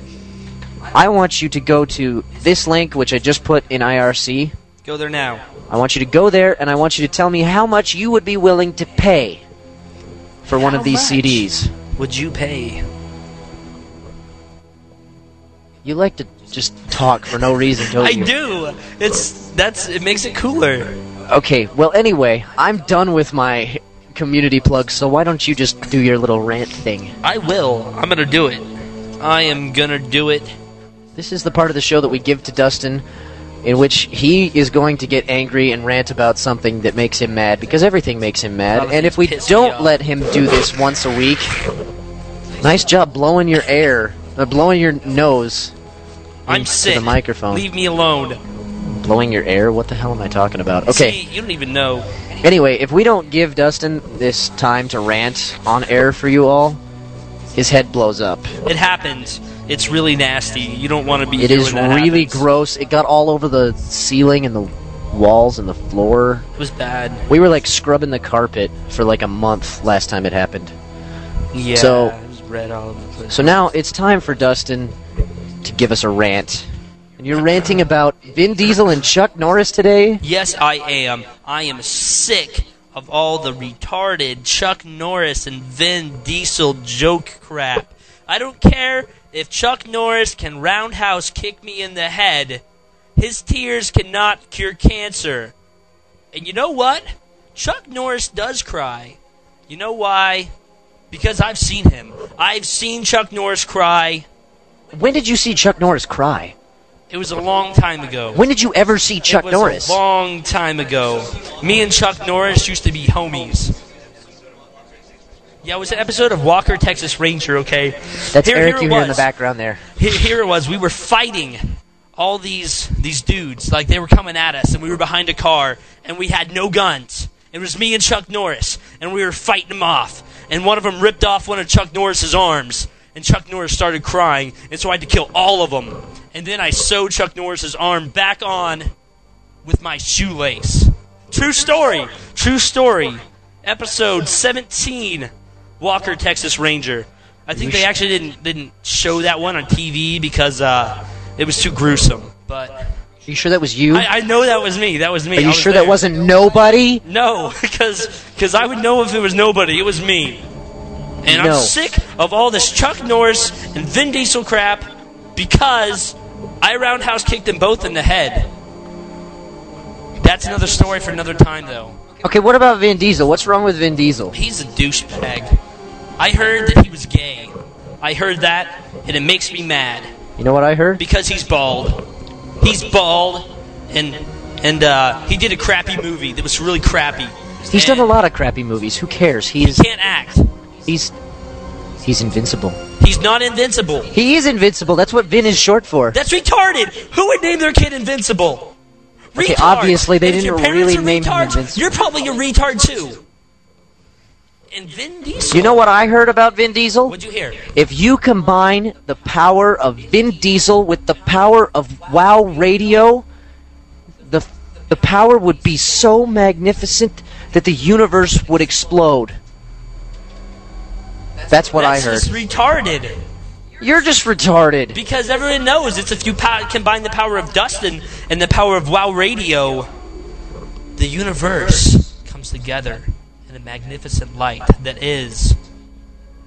[SPEAKER 7] I want you to go to this link, which I just put in IRC.
[SPEAKER 3] Go there now.
[SPEAKER 7] I want you to go there and I want you to tell me how much you would be willing to pay for one of
[SPEAKER 3] How
[SPEAKER 7] these
[SPEAKER 3] much?
[SPEAKER 7] CDs.
[SPEAKER 3] Would you pay?
[SPEAKER 7] You like to just talk for no reason, don't
[SPEAKER 3] I
[SPEAKER 7] you?
[SPEAKER 3] do. It's that's it makes it cooler.
[SPEAKER 7] Okay, well, anyway, I'm done with my community plug, so why don't you just do your little rant thing?
[SPEAKER 3] I will. I'm gonna do it. I am gonna do it.
[SPEAKER 7] This is the part of the show that we give to Dustin in which he is going to get angry and rant about something that makes him mad, because everything makes him
[SPEAKER 3] Lot
[SPEAKER 7] mad,
[SPEAKER 3] of
[SPEAKER 7] and
[SPEAKER 3] things
[SPEAKER 7] if we
[SPEAKER 3] piss me off.
[SPEAKER 7] don't let him do this once a week. Nice job blowing your air, uh, blowing your nose,
[SPEAKER 3] I'm sick.
[SPEAKER 7] the microphone.
[SPEAKER 3] Leave me alone.
[SPEAKER 7] blowing your air? What the hell am I talking about? Okay.
[SPEAKER 3] See, you don't even know.
[SPEAKER 7] Anyway, if we don't give Dustin this time to rant on air for you all, his head blows up.
[SPEAKER 3] It happens. It's really nasty. You don't want to be.
[SPEAKER 7] It
[SPEAKER 3] here
[SPEAKER 7] is
[SPEAKER 3] when that
[SPEAKER 7] really
[SPEAKER 3] happens.
[SPEAKER 7] gross. It got all over the ceiling and the walls and the floor.
[SPEAKER 3] It was bad.
[SPEAKER 7] We were like scrubbing the carpet for like a month last time it happened.
[SPEAKER 3] Yeah.
[SPEAKER 7] So-
[SPEAKER 3] it was red all over the place.
[SPEAKER 7] So now it's time for Dustin to give us a rant. And you're ranting about Vin Diesel and Chuck Norris today?
[SPEAKER 3] Yes, I am. I am sick of all the retarded Chuck Norris and Vin Diesel joke crap. I don't care if Chuck Norris can roundhouse kick me in the head. His tears cannot cure cancer. And you know what? Chuck Norris does cry. You know why? Because I've seen him. I've seen Chuck Norris cry.
[SPEAKER 7] When did you see Chuck Norris cry?
[SPEAKER 3] It was a long time ago.
[SPEAKER 7] When did you ever see Chuck
[SPEAKER 3] it was
[SPEAKER 7] Norris?
[SPEAKER 3] A long time ago. Me and Chuck Norris used to be homies. Yeah, it was an episode of Walker, Texas Ranger, okay?
[SPEAKER 7] That's
[SPEAKER 3] Here-
[SPEAKER 7] Eric
[SPEAKER 3] here
[SPEAKER 7] you
[SPEAKER 3] it
[SPEAKER 7] hear in the
[SPEAKER 3] was.
[SPEAKER 7] background there.
[SPEAKER 3] He- here it was. We were fighting all these these dudes. Like they were coming at us, and we were behind a car, and we had no guns. It was me and Chuck Norris, and we were fighting them off. And one of them ripped off one of Chuck Norris's arms, and Chuck Norris started crying, and so I had to kill all of them. And then I sewed Chuck Norris's arm back on with my shoelace. True story. True story. Episode 17, Walker Texas Ranger. I think they actually didn't didn't show that one on TV because uh, it was too gruesome. But
[SPEAKER 7] Are you sure that was you?
[SPEAKER 3] I, I know that was me. That was me.
[SPEAKER 7] Are
[SPEAKER 3] I
[SPEAKER 7] you
[SPEAKER 3] was
[SPEAKER 7] sure
[SPEAKER 3] there.
[SPEAKER 7] that wasn't nobody?
[SPEAKER 3] No, because because I would know if it was nobody. It was me. And
[SPEAKER 7] No.
[SPEAKER 3] I'm sick of all this Chuck Norris and Vin Diesel crap because I roundhouse kicked them both in the head. That's another story for another time, though.
[SPEAKER 7] Okay, what about Vin Diesel? What's wrong with Vin Diesel?
[SPEAKER 3] He's a douchebag. I heard that he was gay. I heard that, and it makes me mad
[SPEAKER 7] You know what I heard?
[SPEAKER 3] because he's bald. He's bald, and and uh, he did a crappy movie that was really crappy.
[SPEAKER 7] He's
[SPEAKER 3] And
[SPEAKER 7] done a lot of crappy movies. Who cares?
[SPEAKER 3] He
[SPEAKER 7] He's
[SPEAKER 3] can't act.
[SPEAKER 7] he's he's invincible.
[SPEAKER 3] He's not invincible.
[SPEAKER 7] He is invincible. That's what Vin is short for.
[SPEAKER 3] That's retarded. Who would name their kid Invincible?
[SPEAKER 7] Okay,
[SPEAKER 3] Retard.
[SPEAKER 7] obviously they
[SPEAKER 3] And if
[SPEAKER 7] didn't
[SPEAKER 3] your parents
[SPEAKER 7] really
[SPEAKER 3] are
[SPEAKER 7] name him
[SPEAKER 3] retards,
[SPEAKER 7] Invincible.
[SPEAKER 3] You're probably a retard too. And Vin Diesel.
[SPEAKER 7] You know what I heard about Vin Diesel?
[SPEAKER 3] What'd you hear?
[SPEAKER 7] If you combine the power of Vin Diesel with the power of WoW Radio, the the power would be so magnificent that the universe would explode. That's what I
[SPEAKER 3] That's
[SPEAKER 7] heard.
[SPEAKER 3] just retarded.
[SPEAKER 7] You're just retarded.
[SPEAKER 3] Because everyone knows it's if you po- combine the power of Dustin and the power of WoW Radio, the universe comes together in a magnificent light that is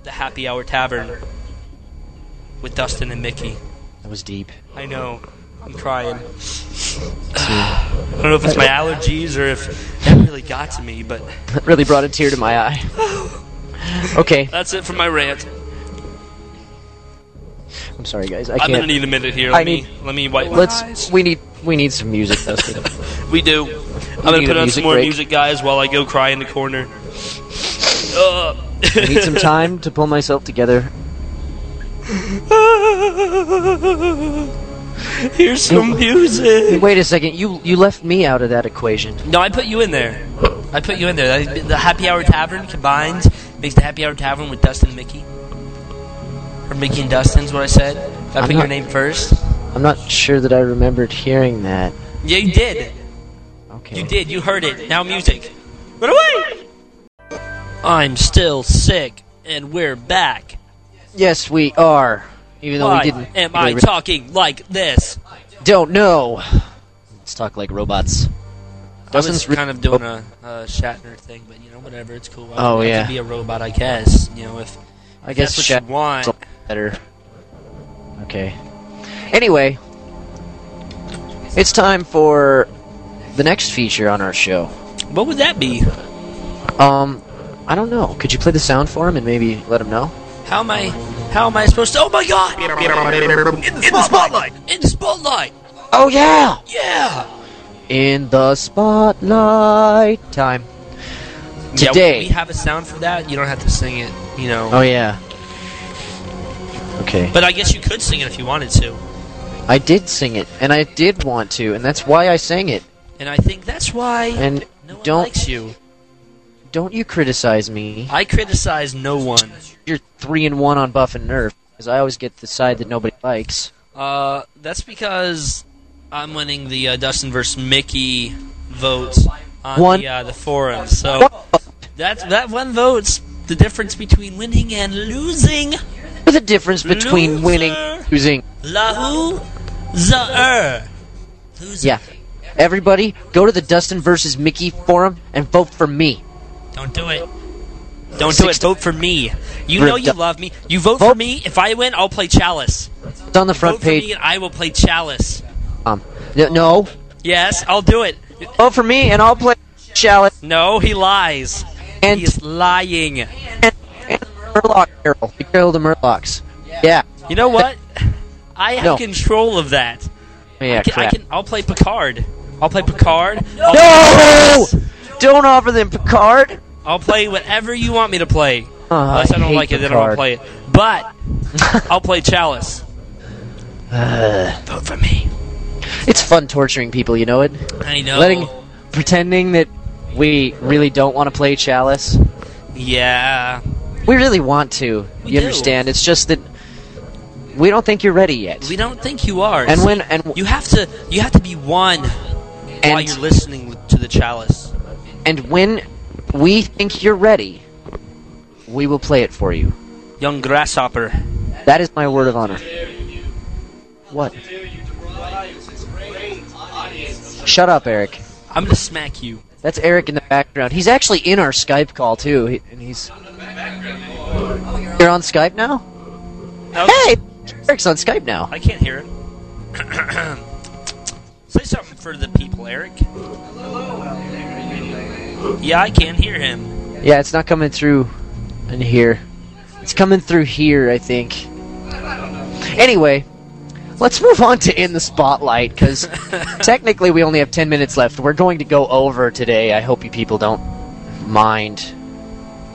[SPEAKER 3] the Happy Hour Tavern with Dustin and Mickey.
[SPEAKER 7] That was deep.
[SPEAKER 3] I know. I'm crying. I don't know if it's my allergies or if that really got to me, but
[SPEAKER 7] That really brought a tear to my eye. Okay,
[SPEAKER 3] that's it for my rant.
[SPEAKER 7] I'm sorry guys. I
[SPEAKER 3] I'm gonna
[SPEAKER 7] can't.
[SPEAKER 3] need a minute here.
[SPEAKER 7] I
[SPEAKER 3] Let me
[SPEAKER 7] need-
[SPEAKER 3] let me wipe. my
[SPEAKER 7] Let's. We need. We need some music, Dustin.
[SPEAKER 3] We do. I'm gonna
[SPEAKER 7] need
[SPEAKER 3] put
[SPEAKER 7] a
[SPEAKER 3] on
[SPEAKER 7] music
[SPEAKER 3] some more
[SPEAKER 7] break.
[SPEAKER 3] music, guys, while I go cry in the corner.
[SPEAKER 7] I need some time to pull myself together.
[SPEAKER 3] Here's some music.
[SPEAKER 7] Wait a second. You you left me out of that equation.
[SPEAKER 3] No, I put you in there. I put you in there. That- The Happy Hour Tavern combined makes the Happy Hour Tavern with Dustin and Mickey. Or Mickey and Dustin's what I said. I
[SPEAKER 7] I'm
[SPEAKER 3] put
[SPEAKER 7] not-
[SPEAKER 3] your name first.
[SPEAKER 7] I'm not sure that I remembered hearing that.
[SPEAKER 3] Yeah, you did.
[SPEAKER 7] Okay.
[SPEAKER 3] You did. You heard it. Now music. Run away! I'm still sick, and we're back.
[SPEAKER 7] Yes, we are. Even though
[SPEAKER 3] Why
[SPEAKER 7] we didn't.
[SPEAKER 3] am I
[SPEAKER 7] really re-
[SPEAKER 3] talking like this?
[SPEAKER 7] don't know. Let's talk like robots.
[SPEAKER 3] I was
[SPEAKER 7] Dustin's re-
[SPEAKER 3] kind of doing a, a Shatner thing, but you know, whatever. It's cool. I
[SPEAKER 7] Oh,
[SPEAKER 3] I
[SPEAKER 7] yeah.
[SPEAKER 3] could be a robot, I guess. You know, if
[SPEAKER 7] I guess
[SPEAKER 3] that's what you
[SPEAKER 7] Shatner's
[SPEAKER 3] want.
[SPEAKER 7] better. Okay. Anyway, it's time for the next feature on our show.
[SPEAKER 3] What would that be?
[SPEAKER 7] Um, I don't know. Could you play the sound for him and maybe let him know?
[SPEAKER 3] How am I? How am I supposed to? Oh my God! In the spotlight. In the spotlight.
[SPEAKER 7] Oh yeah!
[SPEAKER 3] Yeah.
[SPEAKER 7] In the spotlight time.
[SPEAKER 3] Yeah,
[SPEAKER 7] Today.
[SPEAKER 3] we have a sound for that. You don't have to sing it. You know.
[SPEAKER 7] Oh yeah. Okay.
[SPEAKER 3] But I guess you could sing it if you wanted to.
[SPEAKER 7] I did sing it, and I did want to, and that's why I sang it.
[SPEAKER 3] And I think that's why
[SPEAKER 7] And
[SPEAKER 3] no one
[SPEAKER 7] don't
[SPEAKER 3] likes you.
[SPEAKER 7] don't you criticize me.
[SPEAKER 3] I criticize no one.
[SPEAKER 7] You're three and one on Buff and Nerf, because I always get the side that nobody likes.
[SPEAKER 3] Uh, that's because I'm winning the uh, Dustin versus Mickey votes on
[SPEAKER 7] One-
[SPEAKER 3] the, uh, the forum. So that's that one vote's the difference between winning and losing.
[SPEAKER 7] What's the difference between winning and
[SPEAKER 3] Loser.
[SPEAKER 7] losing?
[SPEAKER 3] Lahu zaer. Losing.
[SPEAKER 7] Yeah. Everybody, go to the Dustin versus Mickey forum and vote for me.
[SPEAKER 3] Don't do it. Don't do it.
[SPEAKER 7] Six-
[SPEAKER 3] Vote for me. You know you
[SPEAKER 7] Ripped up.
[SPEAKER 3] love me. You vote, for
[SPEAKER 7] Vote-
[SPEAKER 3] me. If I win, I'll play Chalice.
[SPEAKER 7] It's on the front
[SPEAKER 3] vote for me,
[SPEAKER 7] page.
[SPEAKER 3] and I will play Chalice.
[SPEAKER 7] Um, no, no,
[SPEAKER 3] Yes, I'll do it.
[SPEAKER 7] vote for me, and I'll play Shallot
[SPEAKER 3] No, he lies.
[SPEAKER 7] and
[SPEAKER 3] He is lying.
[SPEAKER 7] and the Murloc Carol. The Carol of the Murlocs. Yeah.
[SPEAKER 3] You know what? I have
[SPEAKER 7] No.
[SPEAKER 3] control of that.
[SPEAKER 7] Yeah,
[SPEAKER 3] I can, I
[SPEAKER 7] crap. Oh
[SPEAKER 3] can. I'll play Picard. I'll play Picard. I'll play
[SPEAKER 7] No!
[SPEAKER 3] Chalice.
[SPEAKER 7] Don't offer them Picard!
[SPEAKER 3] I'll play whatever you want me to play.
[SPEAKER 7] Oh,
[SPEAKER 3] Unless I, don't
[SPEAKER 7] hate
[SPEAKER 3] like it,
[SPEAKER 7] the
[SPEAKER 3] then I
[SPEAKER 7] card.
[SPEAKER 3] don't play it. But I'll play Chalice.
[SPEAKER 7] Uh.
[SPEAKER 3] Vote for me.
[SPEAKER 7] It's fun torturing people, you know it?
[SPEAKER 3] I know.
[SPEAKER 7] Letting, pretending that we really don't want to play Chalice.
[SPEAKER 3] Yeah.
[SPEAKER 7] We really want to.
[SPEAKER 3] We
[SPEAKER 7] you
[SPEAKER 3] do.
[SPEAKER 7] understand? It's just that we don't think you're ready yet.
[SPEAKER 3] We don't think you are.
[SPEAKER 7] and when and
[SPEAKER 3] you have to, you have to be one while
[SPEAKER 7] and,
[SPEAKER 3] you're listening to the Chalice.
[SPEAKER 7] and when we think you're ready, we will play it for you.
[SPEAKER 3] Young grasshopper.
[SPEAKER 7] That is my word of honor. What? Shut up, Eric.
[SPEAKER 3] I'm gonna smack you.
[SPEAKER 7] That's Eric in the background. He's actually in our Skype call too, he, and he's. You're on Skype now. Hey, Eric's on Skype now.
[SPEAKER 3] I can't hear it. Say something for the people, Eric. Yeah, I can't hear him.
[SPEAKER 7] Yeah, it's not coming through in here. It's coming through here, I think. Anyway, let's move on to In the Spotlight, because technically we only have 10 minutes left. We're going to go over today. I hope you people don't mind.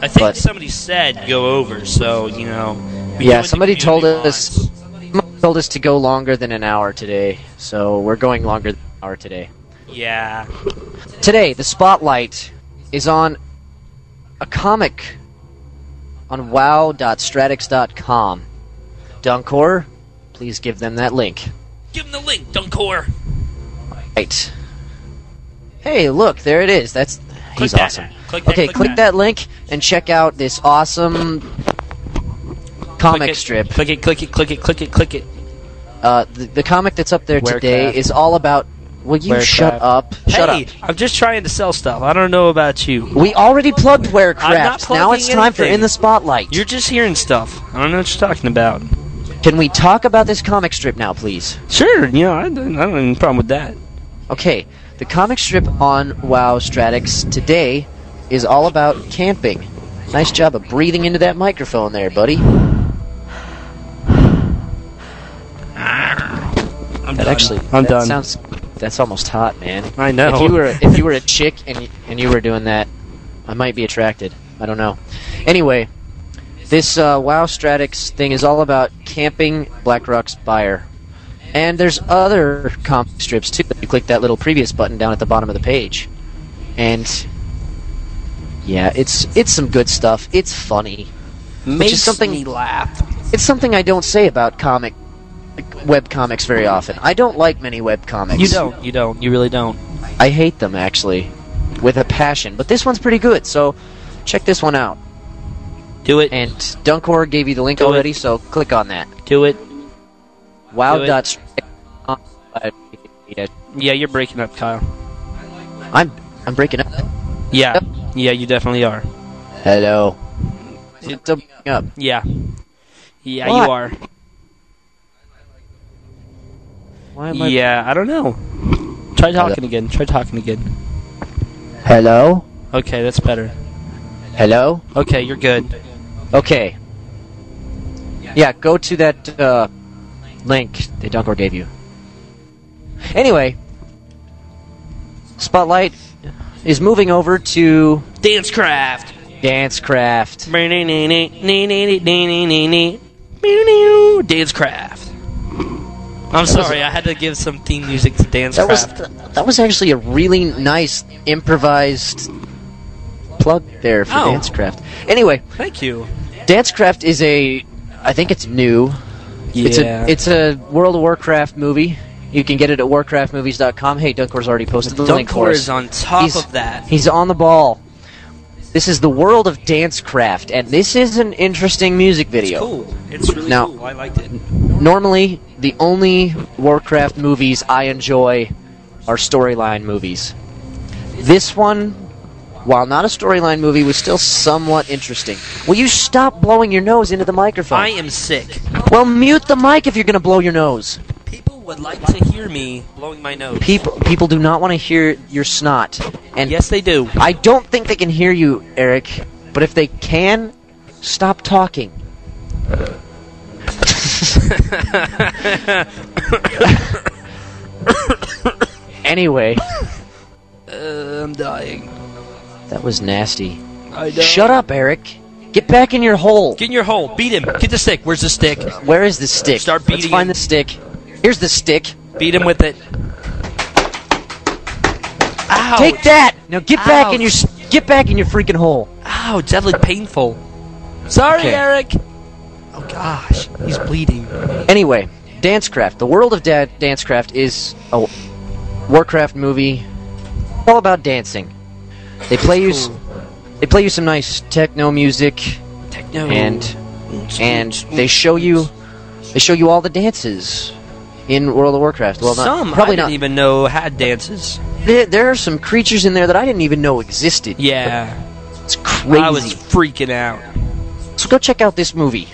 [SPEAKER 3] I think
[SPEAKER 7] But-
[SPEAKER 3] somebody said go over, so you know. we do
[SPEAKER 7] yeah,
[SPEAKER 3] what the
[SPEAKER 7] somebody told
[SPEAKER 3] community
[SPEAKER 7] us
[SPEAKER 3] wants.
[SPEAKER 7] somebody told us to go longer than an hour today, so we're going longer than an hour today.
[SPEAKER 3] Yeah,
[SPEAKER 7] Today, the spotlight is on a comic on wow.stratix.com. Dunkor, please give them that link.
[SPEAKER 3] give him the link, Dunkor.
[SPEAKER 7] Right. Hey, look, there it is. That's he's
[SPEAKER 3] that.
[SPEAKER 7] awesome.
[SPEAKER 3] Click that,
[SPEAKER 7] okay,
[SPEAKER 3] click
[SPEAKER 7] click,
[SPEAKER 3] that.
[SPEAKER 7] that. link and check out this awesome comic
[SPEAKER 3] click it,
[SPEAKER 7] strip.
[SPEAKER 3] Click it, click it, click it, click it, click it.
[SPEAKER 7] Uh, the, the comic that's up there today
[SPEAKER 9] Warecraft.
[SPEAKER 7] is all about. Will you shut
[SPEAKER 9] Warecraft.
[SPEAKER 7] up? Shut
[SPEAKER 3] hey,
[SPEAKER 7] up.
[SPEAKER 3] I'm just trying to sell stuff. I don't know about you.
[SPEAKER 7] We already plugged
[SPEAKER 3] I'm not
[SPEAKER 7] Warecraft. Now it's
[SPEAKER 3] plugging
[SPEAKER 7] time for
[SPEAKER 3] anything.
[SPEAKER 7] In the Spotlight.
[SPEAKER 3] You're just hearing stuff. I don't know what you're talking about.
[SPEAKER 7] Can we talk about this comic strip now, please?
[SPEAKER 3] Sure, you know, I don't, I don't have any problem with that.
[SPEAKER 7] Okay, the comic strip on WoW Stratix today is all about camping. Nice job of breathing into that microphone there, buddy.
[SPEAKER 3] I'm
[SPEAKER 7] That
[SPEAKER 3] done.
[SPEAKER 7] actually,
[SPEAKER 3] I'm
[SPEAKER 7] that
[SPEAKER 3] done.
[SPEAKER 7] Sounds, that's almost hot, man.
[SPEAKER 3] I know.
[SPEAKER 7] If you were, if you were a chick and you, and you were doing that, I might be attracted. I don't know. Anyway, this uh, WoW Stratix thing is all about camping Black Rock's buyer, and there's other comp strips too. You click that little previous button down at the bottom of the page, and yeah, it's it's some good stuff. It's funny.
[SPEAKER 3] Makes
[SPEAKER 7] something-
[SPEAKER 3] me laugh.
[SPEAKER 7] It's something I don't say about comic like, web comics very often. I don't like many web comics.
[SPEAKER 3] You don't. You don't. You really don't.
[SPEAKER 7] I hate them actually, with a passion. But this one's pretty good, so check this one out.
[SPEAKER 3] Do it.
[SPEAKER 7] And Dunkor gave you the link
[SPEAKER 3] Do it.
[SPEAKER 7] already, so click on that.
[SPEAKER 3] Do it.
[SPEAKER 7] Wow.
[SPEAKER 3] Do it.
[SPEAKER 7] dot str- uh, yeah,
[SPEAKER 3] Yeah, you're breaking up, Kyle.
[SPEAKER 7] I'm I'm breaking up.
[SPEAKER 3] Yeah. Yeah, you definitely are.
[SPEAKER 7] Hello. I'm still breaking up.
[SPEAKER 3] Yeah. Yeah,
[SPEAKER 7] What?
[SPEAKER 3] you are.
[SPEAKER 7] Why am I?
[SPEAKER 3] Yeah, I don't know. Try
[SPEAKER 7] Hello.
[SPEAKER 3] talking again. Try talking again.
[SPEAKER 7] Hello.
[SPEAKER 3] Okay, that's better.
[SPEAKER 7] Hello.
[SPEAKER 3] Okay, you're good.
[SPEAKER 7] Okay. Yeah, go to that uh, link that Dunkor gave you. Anyway, Spotlight is moving over to
[SPEAKER 3] Dancecraft.
[SPEAKER 7] Dancecraft.
[SPEAKER 3] Dancecraft. I'm sorry, I had to give some theme music to
[SPEAKER 7] That was
[SPEAKER 3] Dancecraft.
[SPEAKER 7] that was actually a really nice improvised plug there for
[SPEAKER 3] Oh.
[SPEAKER 7] Dancecraft. Anyway,
[SPEAKER 3] Thank you.
[SPEAKER 7] Dancecraft is a I think it's new.
[SPEAKER 3] Yeah.
[SPEAKER 7] It's a it's a World of Warcraft movie. You can get it at warcraftmovies.com. Hey, Dunkor's already posted the link for
[SPEAKER 3] Dunkor
[SPEAKER 7] us.
[SPEAKER 3] is on top
[SPEAKER 7] He's-
[SPEAKER 3] of that.
[SPEAKER 7] He's on the ball. This is the world of Dancecraft, and this is an interesting music video.
[SPEAKER 3] Cool. It's really
[SPEAKER 7] Now-
[SPEAKER 3] cool. I liked it.
[SPEAKER 7] Normally, the only Warcraft movies I enjoy are storyline movies. This one, while not a storyline movie, was still somewhat interesting. Will you stop blowing your nose into the microphone?
[SPEAKER 3] I am sick.
[SPEAKER 7] Well, mute the mic if you're going to blow your nose.
[SPEAKER 3] People would like to hear me blowing my nose.
[SPEAKER 7] People, people do not want to hear your snot. And
[SPEAKER 3] Yes, they do.
[SPEAKER 7] I don't think they can hear you, Eric. But if they can, stop talking. anyway,
[SPEAKER 3] Uh, I'm dying.
[SPEAKER 7] that was nasty.
[SPEAKER 3] I know.
[SPEAKER 7] Shut up, Eric. Get back in your hole.
[SPEAKER 3] Get in your hole. Beat him. Get the stick. Where's the stick?
[SPEAKER 7] Where is the stick?
[SPEAKER 3] Start
[SPEAKER 7] Let's
[SPEAKER 3] beating him.
[SPEAKER 7] find the stick. Here's the stick.
[SPEAKER 3] Beat him with it. Ow.
[SPEAKER 7] Take that. Now get back in
[SPEAKER 3] Ouch.
[SPEAKER 7] your s- get back in your freaking hole.
[SPEAKER 3] Ow, deadly painful. Sorry,
[SPEAKER 7] Okay.
[SPEAKER 3] Eric. Oh gosh, he's bleeding.
[SPEAKER 7] Anyway, Dancecraft. The world of da- Dancecraft is a Warcraft movie all about dancing. They play you s- they play you some nice techno music
[SPEAKER 3] Techno.
[SPEAKER 7] and and they show you they show you all the dances in World of Warcraft. Well, not,
[SPEAKER 3] some
[SPEAKER 7] probably
[SPEAKER 3] I didn't
[SPEAKER 7] not.
[SPEAKER 3] even know had dances.
[SPEAKER 7] There, there are some creatures in there that I didn't even know existed.
[SPEAKER 3] Yeah,
[SPEAKER 7] It's crazy.
[SPEAKER 3] I was freaking out.
[SPEAKER 7] So go check out this movie.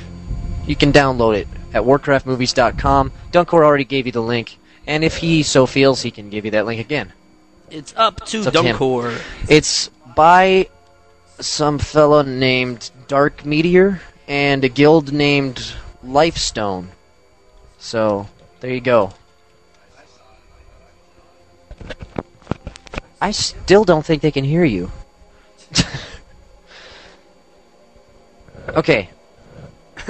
[SPEAKER 7] You can download it at warcraftmovies.com. Dunkor already gave you the link, and if he so feels, he can give you that link again.
[SPEAKER 3] It's up to
[SPEAKER 7] It's up to him.
[SPEAKER 3] Dunkor.
[SPEAKER 7] It's by some fellow named Dark Meteor and a guild named Lifestone. So, there you go. I still don't think they can hear you. okay.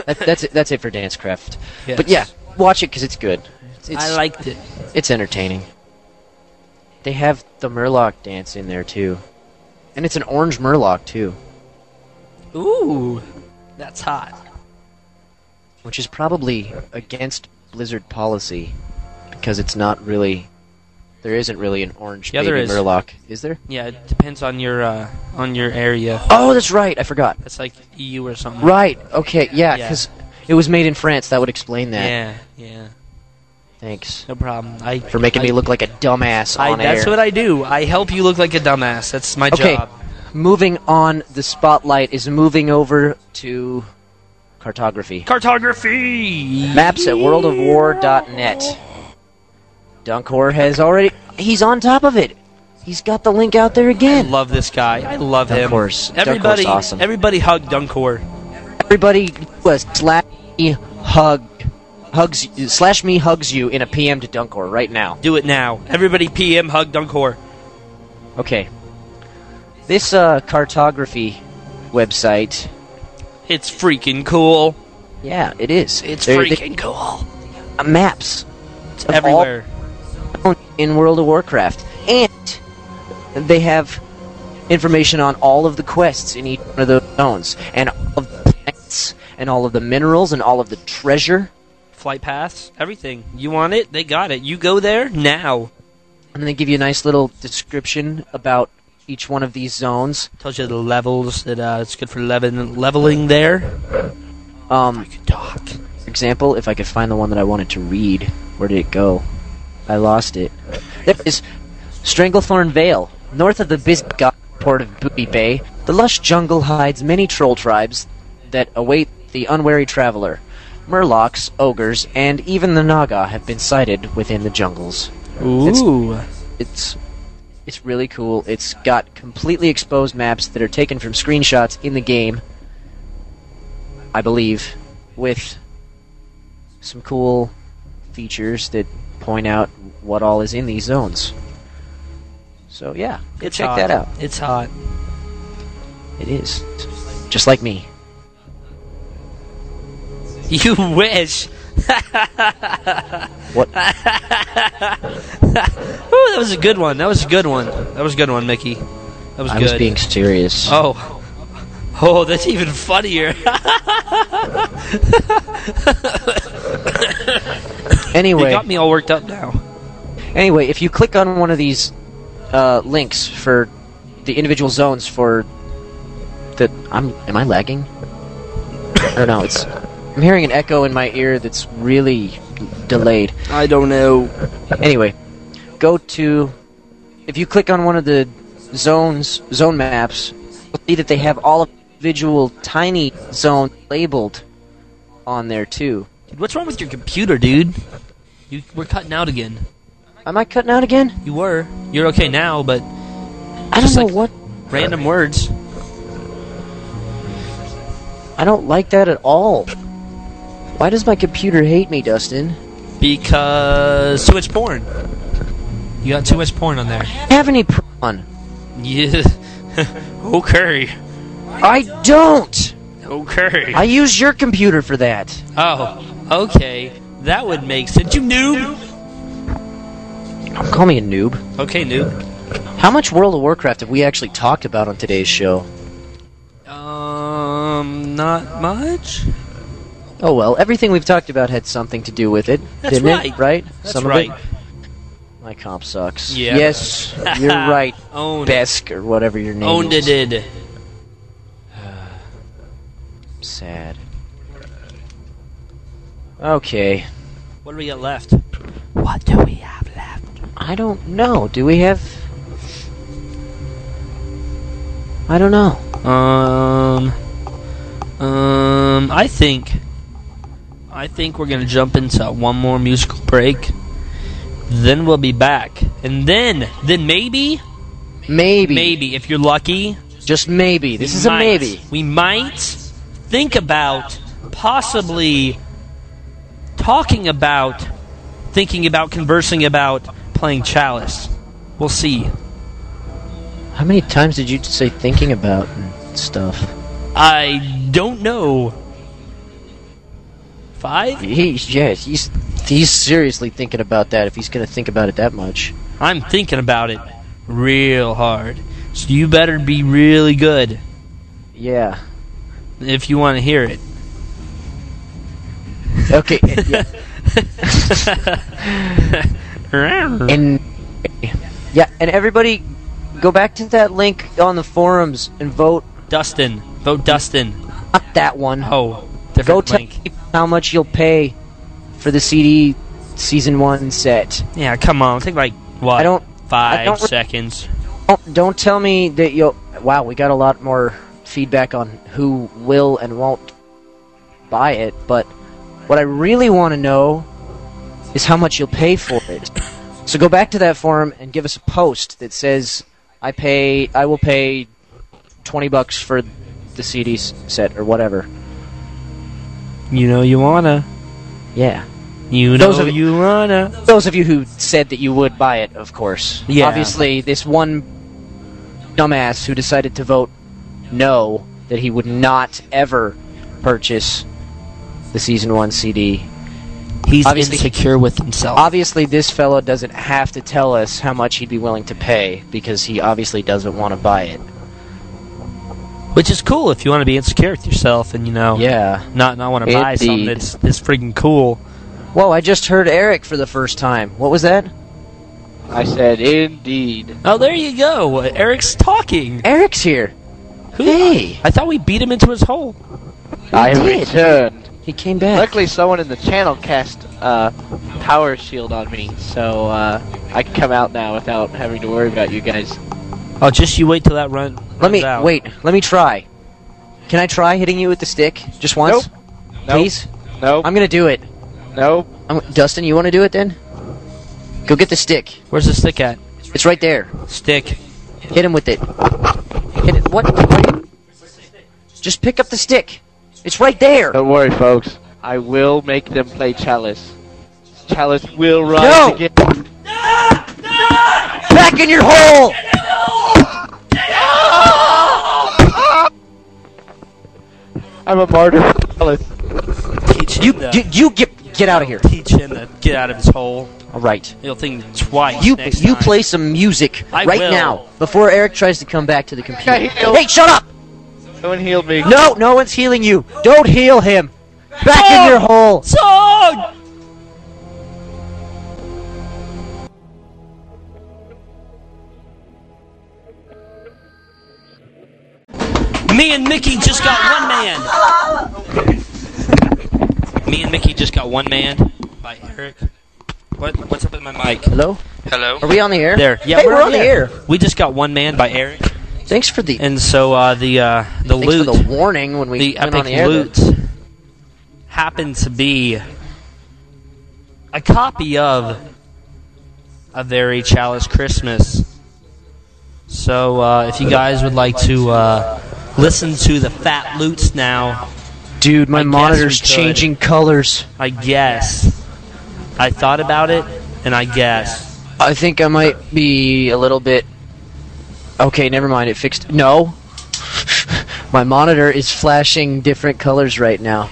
[SPEAKER 7] That, that's it. That's it for Dancecraft.
[SPEAKER 3] Yes.
[SPEAKER 7] But yeah, watch it because it's good. It's, it's,
[SPEAKER 3] I liked it.
[SPEAKER 7] it's entertaining. They have the Murloc dance in there too. And it's an orange Murloc too,
[SPEAKER 3] Ooh, that's hot.
[SPEAKER 7] which is probably against Blizzard policy because it's not really there isn't really an orange
[SPEAKER 3] Yeah,
[SPEAKER 7] baby
[SPEAKER 3] there is.
[SPEAKER 7] Murloc, is there?
[SPEAKER 3] Yeah, it depends on your uh, on your area.
[SPEAKER 7] Oh, that's right. I forgot.
[SPEAKER 3] That's like EU or something.
[SPEAKER 7] Right. Okay. Yeah,
[SPEAKER 3] Yeah.
[SPEAKER 7] cuz it was made in France. That would explain that.
[SPEAKER 3] Yeah, yeah.
[SPEAKER 7] Thanks
[SPEAKER 3] No problem. I
[SPEAKER 7] for making
[SPEAKER 3] I-
[SPEAKER 7] me look like a dumbass
[SPEAKER 3] I,
[SPEAKER 7] on air.
[SPEAKER 3] that's what I do. I help you look like a dumbass. That's my
[SPEAKER 7] Okay.
[SPEAKER 3] job.
[SPEAKER 7] Moving on, the spotlight is moving over to cartography.
[SPEAKER 3] Cartography.
[SPEAKER 7] maps at worldofwar.net. Dunkor has already. He's on top of it. He's got the link out there
[SPEAKER 3] I
[SPEAKER 7] again.
[SPEAKER 3] love this guy. I love him.
[SPEAKER 7] Dunkor's- Dunkor's
[SPEAKER 3] Everybody,
[SPEAKER 7] awesome.
[SPEAKER 3] everybody hug Dunkor.
[SPEAKER 7] Everybody was slash me hug hugs you- slash me hugs you in a PM to Dunkor right now.
[SPEAKER 3] Do it now. Everybody PM hug Dunkor.
[SPEAKER 7] Okay. This uh, cartography website.
[SPEAKER 3] It's freaking cool.
[SPEAKER 7] Yeah, it is.
[SPEAKER 3] It's
[SPEAKER 7] There- they-
[SPEAKER 3] freaking cool.
[SPEAKER 7] uh, maps
[SPEAKER 3] It's
[SPEAKER 7] all-
[SPEAKER 3] everywhere.
[SPEAKER 7] in World of Warcraft, and they have information on all of the quests in each one of those zones, and all of the plants, and all of the minerals, and all of the treasure.
[SPEAKER 3] Flight paths, everything. You want it? They got it. You go there now.
[SPEAKER 7] And they give you a nice little description about each one of these zones.
[SPEAKER 3] Tells you the levels that uh, it's good for level- leveling there.
[SPEAKER 7] Um,
[SPEAKER 3] Good talk.
[SPEAKER 7] for example, if I could find the one that I wanted to read, where did it go? I lost it. There it is Stranglethorn Vale, north of the busy go- port of Booby Bay. The lush jungle hides many troll tribes that await the unwary traveler. Murlocs, ogres, and even the Naga have been sighted within the jungles.
[SPEAKER 3] Ooh.
[SPEAKER 7] It's it's really cool. It's got completely exposed maps that are taken from screenshots in the game, I believe, with some cool features that point out what all is in these zones. So yeah, go
[SPEAKER 3] It's
[SPEAKER 7] check
[SPEAKER 3] hot.
[SPEAKER 7] that out.
[SPEAKER 3] It's hot.
[SPEAKER 7] It is just like me.
[SPEAKER 3] You wish.
[SPEAKER 7] What?
[SPEAKER 3] Ooh, that was a good one. That was a good one. That was a good one, Mickey. That was
[SPEAKER 7] I
[SPEAKER 3] good.
[SPEAKER 7] was being serious.
[SPEAKER 3] Oh. Oh, that's even funnier.
[SPEAKER 7] Anyway,
[SPEAKER 3] It got me all worked up now.
[SPEAKER 7] Anyway, if you click on one of these uh, links for the individual zones for the, I'm am I lagging? I don't know. It's I'm hearing an echo in my ear that's really delayed.
[SPEAKER 3] I don't know.
[SPEAKER 7] Anyway, go to if you click on one of the zones zone maps, you'll see that they have all of the individual tiny zone labeled on there too.
[SPEAKER 3] Dude, what's wrong with your computer, dude? You we're cutting out again.
[SPEAKER 7] Am I cutting out again?
[SPEAKER 3] You were. You're okay now, but
[SPEAKER 7] I don't
[SPEAKER 3] Just
[SPEAKER 7] know
[SPEAKER 3] like-
[SPEAKER 7] what.
[SPEAKER 3] random words.
[SPEAKER 7] I don't like that at all. Why does my computer hate me, Dustin?
[SPEAKER 3] Because too much porn. You got too much porn on there.
[SPEAKER 7] I don't have any prawn.
[SPEAKER 3] Oh, Yeah. okay.
[SPEAKER 7] I don't!
[SPEAKER 3] Oh, Okay.
[SPEAKER 7] I use your computer for that.
[SPEAKER 3] Oh, okay. That would make sense. You noob.
[SPEAKER 7] Don't call me a noob.
[SPEAKER 3] Okay, noob.
[SPEAKER 7] How much World of Warcraft have we actually talked about on today's show?
[SPEAKER 3] Um, not much.
[SPEAKER 7] Oh well, everything we've talked about had something to do with it,
[SPEAKER 3] That's
[SPEAKER 7] didn't
[SPEAKER 3] right.
[SPEAKER 7] it? Right?
[SPEAKER 3] That's
[SPEAKER 7] Some
[SPEAKER 3] right.
[SPEAKER 7] of it. My comp sucks.
[SPEAKER 3] Yeah.
[SPEAKER 7] Yes, you're right,
[SPEAKER 3] Owned.
[SPEAKER 7] Besk or whatever your name
[SPEAKER 3] Owned
[SPEAKER 7] is.
[SPEAKER 3] it. Did.
[SPEAKER 7] Sad. Okay.
[SPEAKER 3] What do we got left? What do we have left?
[SPEAKER 7] I don't know. Do we have? I don't know.
[SPEAKER 3] Um, um, I think, I think we're gonna jump into one more musical break. Then we'll be back, and then, then maybe,
[SPEAKER 7] Maybe.
[SPEAKER 3] maybe if you're lucky,
[SPEAKER 7] Just maybe. This
[SPEAKER 3] we
[SPEAKER 7] is
[SPEAKER 3] might-
[SPEAKER 7] a maybe.
[SPEAKER 3] We might think about possibly talking about, thinking about, conversing about playing Chalice. We'll see.
[SPEAKER 7] How many times did you say thinking about and stuff?
[SPEAKER 3] I don't know. Five.
[SPEAKER 7] He's yeah. He's he's seriously thinking about that. If he's gonna think about it that much.
[SPEAKER 3] I'm thinking about it real hard. So you better be really good
[SPEAKER 7] Yeah.
[SPEAKER 3] if you want to hear it.
[SPEAKER 7] Okay. yeah. And yeah, and everybody, go back to that link on the forums and vote.
[SPEAKER 3] Dustin. Vote Dustin.
[SPEAKER 7] Not that one.
[SPEAKER 3] Oh,
[SPEAKER 7] go
[SPEAKER 3] different
[SPEAKER 7] tell
[SPEAKER 3] link.
[SPEAKER 7] people how much you'll pay for the CD season one set.
[SPEAKER 3] Yeah, come on. Take like, what?
[SPEAKER 7] I don't-
[SPEAKER 3] Five
[SPEAKER 7] I don't re-
[SPEAKER 3] seconds.
[SPEAKER 7] Don't, Oh, don't tell me that you'll. Wow, we got a lot more feedback on who will and won't buy it. But what I really want to know is how much you'll pay for it. So go back to that forum and give us a post that says, "I pay. I will pay twenty bucks for the CD s- set or whatever."
[SPEAKER 3] You know you wanna.
[SPEAKER 7] Yeah.
[SPEAKER 3] You know
[SPEAKER 7] Those are the-
[SPEAKER 3] you wanna.
[SPEAKER 7] those of you who said that you would buy it, of course.
[SPEAKER 3] Yeah.
[SPEAKER 7] Obviously, this one dumbass who decided to vote no, that he would not ever purchase the season one CD.
[SPEAKER 3] He's
[SPEAKER 7] Obviously-
[SPEAKER 3] insecure with himself.
[SPEAKER 7] Obviously, this fellow doesn't have to tell us how much he'd be willing to pay because he obviously doesn't want to buy it.
[SPEAKER 3] Which is cool if you want to be insecure with yourself and, you know,
[SPEAKER 7] Yeah.
[SPEAKER 3] not not want to buy something
[SPEAKER 7] Indeed.
[SPEAKER 3] that's, that's freaking cool.
[SPEAKER 7] Whoa, I just heard Eric for the first time. What was that?
[SPEAKER 10] I said, indeed.
[SPEAKER 3] Oh, there you go. Eric's talking.
[SPEAKER 7] Eric's here.
[SPEAKER 3] Who-
[SPEAKER 7] Hey.
[SPEAKER 3] I thought we beat him into his hole.
[SPEAKER 10] I
[SPEAKER 7] did.
[SPEAKER 10] returned.
[SPEAKER 7] He came back.
[SPEAKER 10] Luckily, someone in the channel cast uh, Power Shield on me, so uh, I can come out now without having to worry about you guys.
[SPEAKER 3] Oh, just you wait till that run.
[SPEAKER 7] Let me
[SPEAKER 3] runs out.
[SPEAKER 7] wait. Let me try. Can I try hitting you with the stick just once? Please.
[SPEAKER 10] Nope.
[SPEAKER 7] I'm gonna do it.
[SPEAKER 10] nope.
[SPEAKER 7] I'm, Dustin, you want to do it then? Go get the stick.
[SPEAKER 3] Where's the stick at?
[SPEAKER 7] It's right there.
[SPEAKER 3] Stick.
[SPEAKER 7] Hit him with it. Hit it. What? what are you- Just pick up the stick. It's right there.
[SPEAKER 10] Don't worry, folks. I will make them play Chalice. Chalice will rise
[SPEAKER 7] No!
[SPEAKER 10] again.
[SPEAKER 7] Back in your hole.
[SPEAKER 10] I'm a martyr for Chalice.
[SPEAKER 3] Teach him
[SPEAKER 7] You,
[SPEAKER 3] to,
[SPEAKER 7] you, you get get out of here.
[SPEAKER 3] teach him to get out of his hole.
[SPEAKER 7] All right.
[SPEAKER 3] He'll think twice.
[SPEAKER 7] You
[SPEAKER 3] next
[SPEAKER 7] you
[SPEAKER 3] time.
[SPEAKER 7] play some music
[SPEAKER 3] I
[SPEAKER 7] right
[SPEAKER 3] will.
[SPEAKER 7] now before Eric tries to come back to the computer.
[SPEAKER 10] I healed.
[SPEAKER 7] Hey, shut up!
[SPEAKER 10] Someone healed me.
[SPEAKER 7] No, no one's healing you. Don't heal him. Back in your hole.
[SPEAKER 3] song. Me and Mickey just got one man. Me and Mickey just got one man by Eric. What what's up with my mic?
[SPEAKER 7] Hello?
[SPEAKER 8] Hello?
[SPEAKER 7] Are we on the air?
[SPEAKER 3] There. Yeah,
[SPEAKER 7] Hey, we're, on the air.
[SPEAKER 3] We just got one man by Eric,
[SPEAKER 7] Thanks for the
[SPEAKER 3] and so uh, the uh, the
[SPEAKER 7] thanks
[SPEAKER 3] loot,
[SPEAKER 7] for the warning when we
[SPEAKER 3] the
[SPEAKER 7] went
[SPEAKER 3] epic
[SPEAKER 7] on the air.
[SPEAKER 3] loot, happened to be a copy of a very Chalice Christmas. So uh, if you guys would like to uh, listen to the Fat Loots now,
[SPEAKER 7] Dude,
[SPEAKER 3] I
[SPEAKER 7] my
[SPEAKER 3] guess we
[SPEAKER 7] monitor's
[SPEAKER 3] could.
[SPEAKER 7] changing colors.
[SPEAKER 3] I guess I thought about it, and I guess
[SPEAKER 7] I think I might be a little bit. Okay, never mind. It fixed. No. My monitor is flashing different colors right now.